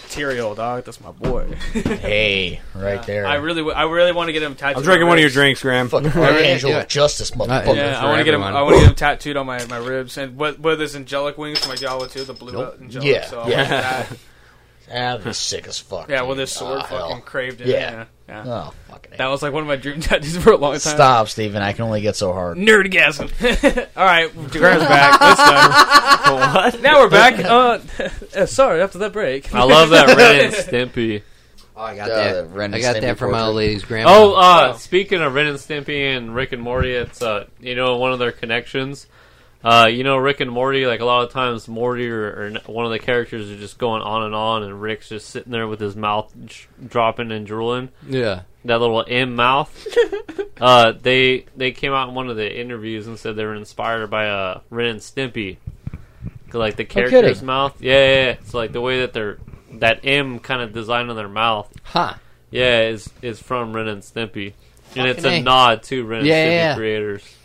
Speaker 6: Tyrael, dog. That's my boy.
Speaker 2: Hey, right there.
Speaker 6: I really, w- I really want to get him tattooed.
Speaker 5: I'm drinking
Speaker 6: on my
Speaker 5: one of your
Speaker 6: ribs.
Speaker 5: drinks, Graham.
Speaker 2: fucking Archangel of Justice, motherfucker.
Speaker 6: Yeah,
Speaker 1: for
Speaker 6: I want to get him.
Speaker 1: everyone.
Speaker 6: I want to get him tattooed on my, my ribs, and what what are those angelic wings from my Diablo too? The blue
Speaker 2: Nope.
Speaker 6: angelic.
Speaker 2: Yeah,
Speaker 6: so I
Speaker 2: yeah.
Speaker 6: want that.
Speaker 2: Ah, that'd be sick as fuck.
Speaker 6: yeah. Well,
Speaker 2: dude.
Speaker 6: this sword
Speaker 2: Ah, hell.
Speaker 6: fucking craved it.
Speaker 2: Yeah.
Speaker 6: Yeah. yeah.
Speaker 2: Oh, fucking. A.
Speaker 6: That was like one of my dream tattoos for a long time.
Speaker 2: Stop, Steven. I can only get so hard.
Speaker 6: Nerdgasm. All right, Graham's back. That's done. Now we're back. Uh, uh, sorry, after that break.
Speaker 4: I love that Ren and Stimpy.
Speaker 1: Oh, I got
Speaker 2: Uh, the
Speaker 1: that.
Speaker 2: Ren
Speaker 1: I
Speaker 2: and
Speaker 1: got
Speaker 2: Stimpy
Speaker 1: that from my
Speaker 2: portrait.
Speaker 1: old lady's grandma.
Speaker 4: Oh, uh,
Speaker 6: Oh.
Speaker 4: speaking of Ren and Stimpy and Rick and Morty, it's uh, you know one of their connections. Uh, you know Rick and Morty, like a lot of times Morty or, or n- one of the characters are just going on and on, and Rick's just sitting there with his mouth j- dropping and drooling.
Speaker 1: yeah.
Speaker 4: that little M mouth. uh, they they came out in one of the interviews and said they were inspired by uh, Ren and Stimpy, 'Cause, like the character's
Speaker 2: kidding.
Speaker 4: mouth. Yeah, yeah, yeah. So like the way that they're that M kind of design on their mouth.
Speaker 1: Huh.
Speaker 4: Yeah, is is from Ren and Stimpy, and it's a
Speaker 1: Fucking A.
Speaker 4: nod to Ren and
Speaker 1: Yeah,
Speaker 4: Stimpy
Speaker 1: yeah, yeah.
Speaker 4: creators.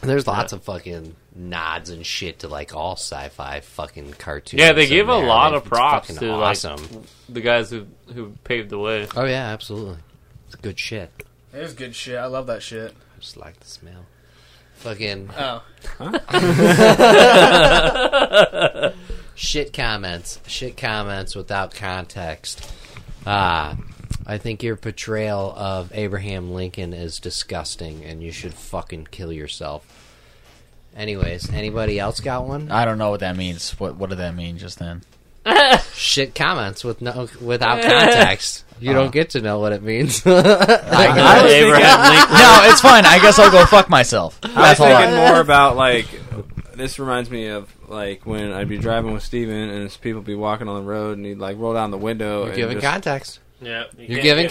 Speaker 1: There's lots of fucking nods and shit to like all sci-fi fucking cartoons.
Speaker 4: Yeah, they
Speaker 1: in
Speaker 4: give a
Speaker 1: there.
Speaker 4: lot of
Speaker 1: It's
Speaker 4: props
Speaker 1: fucking
Speaker 4: to, like-
Speaker 1: awesome.
Speaker 4: The guys who who paved the way.
Speaker 1: oh yeah, absolutely. It's good shit.
Speaker 6: It was good shit. I love that shit.
Speaker 1: I just like the smell. Fucking
Speaker 6: Oh,
Speaker 1: shit comments. Shit comments without context. Ah. I think your portrayal of Abraham Lincoln is disgusting and you should fucking kill yourself. Anyways, anybody else got one?
Speaker 2: I don't know what that means. What What did that mean just then?
Speaker 1: shit comments with no without context. You don't get to know what it means.
Speaker 2: I was
Speaker 4: Abraham Lincoln.
Speaker 2: no, it's fine. I guess I'll go fuck myself.
Speaker 5: I was
Speaker 2: That's all.
Speaker 5: thinking
Speaker 2: I-
Speaker 5: more about like this reminds me of like when I'd be driving with Steven and his people be walking on the road and he'd like roll down the window
Speaker 1: You're
Speaker 5: and
Speaker 1: giving
Speaker 5: just,
Speaker 1: context.
Speaker 4: Yeah,
Speaker 1: You're giving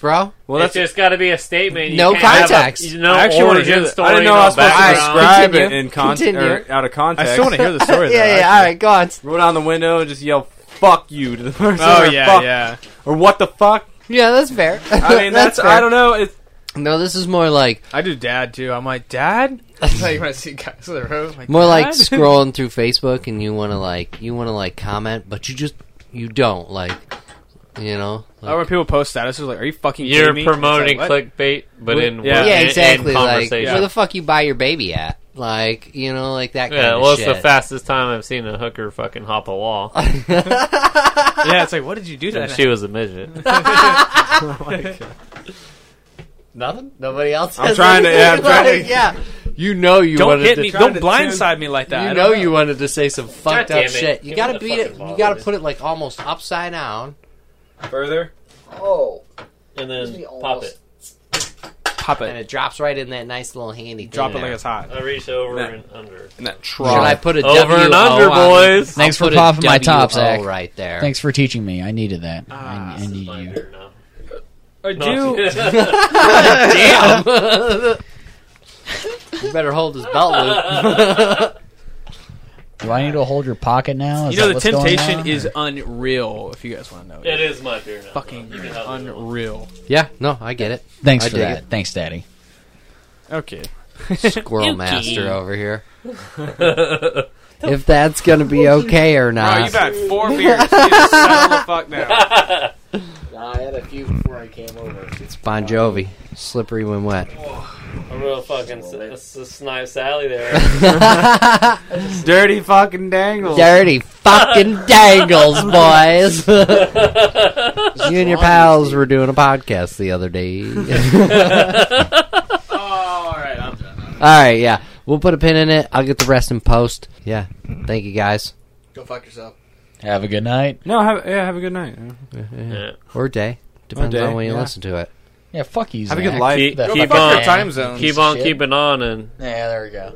Speaker 1: context, bro.
Speaker 5: well that's
Speaker 4: just got to be a statement.
Speaker 1: No
Speaker 4: can't have
Speaker 1: context.
Speaker 4: A, you know,
Speaker 5: I actually wanna hear
Speaker 4: origin
Speaker 5: the-
Speaker 4: story.
Speaker 5: I didn't know
Speaker 4: no
Speaker 5: I was supposed to
Speaker 4: background.
Speaker 5: describe it
Speaker 1: Continue.
Speaker 5: in con-
Speaker 1: Continue.
Speaker 5: or out of context.
Speaker 7: I still want to hear the story. though,
Speaker 1: All right, go on.
Speaker 5: roll down the window and just yell "fuck you" to the person.
Speaker 6: oh
Speaker 5: or
Speaker 6: yeah,
Speaker 5: fuck,
Speaker 6: yeah.
Speaker 5: Or what the fuck?
Speaker 1: Yeah, that's fair.
Speaker 5: I mean, that's, I don't know. It's,
Speaker 1: No, this is more like
Speaker 6: I do dad too. I'm like dad. That's how you want to see guys on the road. I'm
Speaker 1: more like
Speaker 6: "Dad?"
Speaker 1: scrolling through Facebook and you want to like you want to like comment, but you just you don't like you know.
Speaker 6: I remember people post statuses like, "Are you fucking
Speaker 4: You're
Speaker 6: kidding me?" It's like,
Speaker 4: promoting
Speaker 6: what?
Speaker 4: clickbait, but in
Speaker 6: Yeah.
Speaker 4: work
Speaker 1: yeah,
Speaker 4: and-
Speaker 1: exactly.
Speaker 4: and
Speaker 1: Like
Speaker 4: conversation.
Speaker 1: where the fuck you buy your baby at? Like you know, like that.
Speaker 4: yeah,
Speaker 1: kind
Speaker 4: well,
Speaker 1: of
Speaker 4: it's
Speaker 1: shit.
Speaker 4: the fastest time I've seen a hooker fucking hop a wall,
Speaker 6: Yeah, it's like, what did you do to
Speaker 4: and
Speaker 6: that?
Speaker 4: she was a midget.
Speaker 1: Nothing. Nobody else.
Speaker 5: I'm
Speaker 1: has
Speaker 5: trying to- yeah,
Speaker 1: anything?
Speaker 5: I'm trying to-
Speaker 1: Like, yeah. You know you
Speaker 6: Don't
Speaker 1: wanted
Speaker 6: hit
Speaker 1: to
Speaker 6: me.
Speaker 5: try
Speaker 6: Don't
Speaker 5: to
Speaker 6: blindside me like that. I
Speaker 1: You
Speaker 6: don't
Speaker 1: know, you wanted to say some fucked
Speaker 4: damn
Speaker 1: up
Speaker 4: it.
Speaker 1: shit. You
Speaker 4: Give
Speaker 1: gotta
Speaker 4: me the
Speaker 1: beat it.
Speaker 4: fucking
Speaker 1: You
Speaker 4: ball,
Speaker 1: gotta
Speaker 4: dude.
Speaker 1: put it like almost upside down.
Speaker 5: Further.
Speaker 1: Oh,
Speaker 4: and then
Speaker 1: Excuse me,
Speaker 4: pop it.
Speaker 6: Pop
Speaker 1: and
Speaker 6: it.
Speaker 1: it drops right in that nice little handy. thing
Speaker 6: Drop it
Speaker 1: there.
Speaker 6: like it's hot.
Speaker 4: I reach over
Speaker 5: Nah.
Speaker 4: and under.
Speaker 5: And that
Speaker 1: Should I
Speaker 5: trough.
Speaker 1: put a
Speaker 4: Over
Speaker 1: W
Speaker 4: and
Speaker 1: O on
Speaker 4: under,
Speaker 1: it?
Speaker 4: boys.
Speaker 1: I'll
Speaker 2: Thanks for
Speaker 1: put a
Speaker 2: popping my top,
Speaker 1: W O
Speaker 2: Zach.
Speaker 1: right there.
Speaker 2: Thanks for teaching me. I needed that. I,
Speaker 6: Ah,
Speaker 2: I
Speaker 4: This is
Speaker 2: need
Speaker 4: my
Speaker 2: you.
Speaker 4: turn now.
Speaker 6: Or
Speaker 4: No,
Speaker 6: do
Speaker 1: You better hold this belt loop.
Speaker 2: Do I need to hold your pocket now? Is
Speaker 6: you know
Speaker 2: that what's
Speaker 6: the
Speaker 2: going
Speaker 6: temptation
Speaker 2: on,
Speaker 6: is
Speaker 2: or-
Speaker 6: unreal. If you guys want to know,
Speaker 4: it is my turn now.
Speaker 6: fucking
Speaker 4: You can have it.
Speaker 6: unreal.
Speaker 1: yeah, no, I get it.
Speaker 2: Thanks
Speaker 1: I
Speaker 2: for
Speaker 1: dig
Speaker 2: that. Thanks, Daddy.
Speaker 6: Okay.
Speaker 1: Squirrel master over here. if that's gonna be okay or
Speaker 6: Oh,
Speaker 1: not.
Speaker 6: you've had four beers. You settle the fuck down.
Speaker 1: I had a few before I came over. It's Bon Jovi, slippery when wet.
Speaker 4: A real fucking s- s- snipe Sally there.
Speaker 5: Dirty fucking dangle.
Speaker 1: Dirty fucking dangles, boys. you and your pals were doing a podcast the other day.
Speaker 6: All right, I'm done.
Speaker 1: All right, yeah. We'll put a pin in it. I'll get the rest in post. Yeah. Thank you guys.
Speaker 6: Go fuck yourself.
Speaker 2: Have a good night.
Speaker 5: No, have, yeah, have a good night.
Speaker 4: Yeah.
Speaker 1: Or day. Depends
Speaker 5: day,
Speaker 1: on when you
Speaker 5: yeah.
Speaker 1: listen to it.
Speaker 2: Yeah, fuck you.
Speaker 5: Have a
Speaker 2: Zach.
Speaker 5: good life.
Speaker 4: Keep,
Speaker 2: That
Speaker 4: keep
Speaker 2: fucking
Speaker 4: on,
Speaker 2: man.
Speaker 5: time zone.
Speaker 4: keep
Speaker 2: of
Speaker 4: on
Speaker 2: shit.
Speaker 4: keeping on, and
Speaker 2: Yeah, there we go.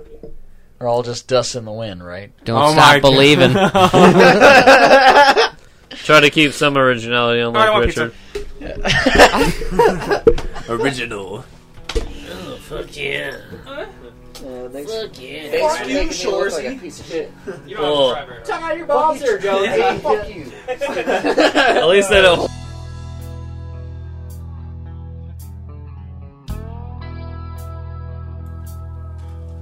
Speaker 2: We're all just dust in the wind, right?
Speaker 1: Don't
Speaker 5: Oh my
Speaker 1: stop
Speaker 5: God.
Speaker 1: believing.
Speaker 4: try to keep some originality on,
Speaker 6: All right, I
Speaker 4: like
Speaker 6: want
Speaker 4: Richard.
Speaker 5: Original.
Speaker 4: Oh, Fuck yeah!
Speaker 6: You
Speaker 4: Well,
Speaker 6: have to drive right
Speaker 4: At least I don't.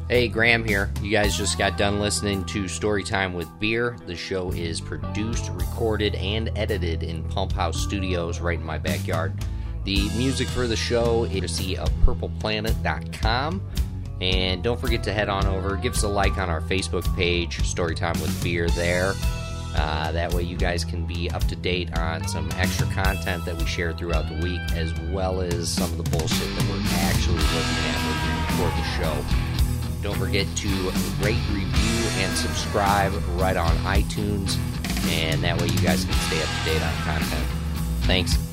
Speaker 1: Hey, Graham here. You guys just got done listening to Storytime with Beer. The show is produced, recorded, and edited in Pump House Studios right in my backyard. The music for the show is see of purpleplanet.com. And don't forget to head on over, give us a like on our Facebook page, Storytime with Beer, there. Uh, that way, you guys can be up to date on some extra content that we share throughout the week, as well as some of the bullshit that we're actually looking at when we record the show. Don't forget to rate, review, and subscribe right on iTunes, and that way you guys can stay up to date on content. Thanks.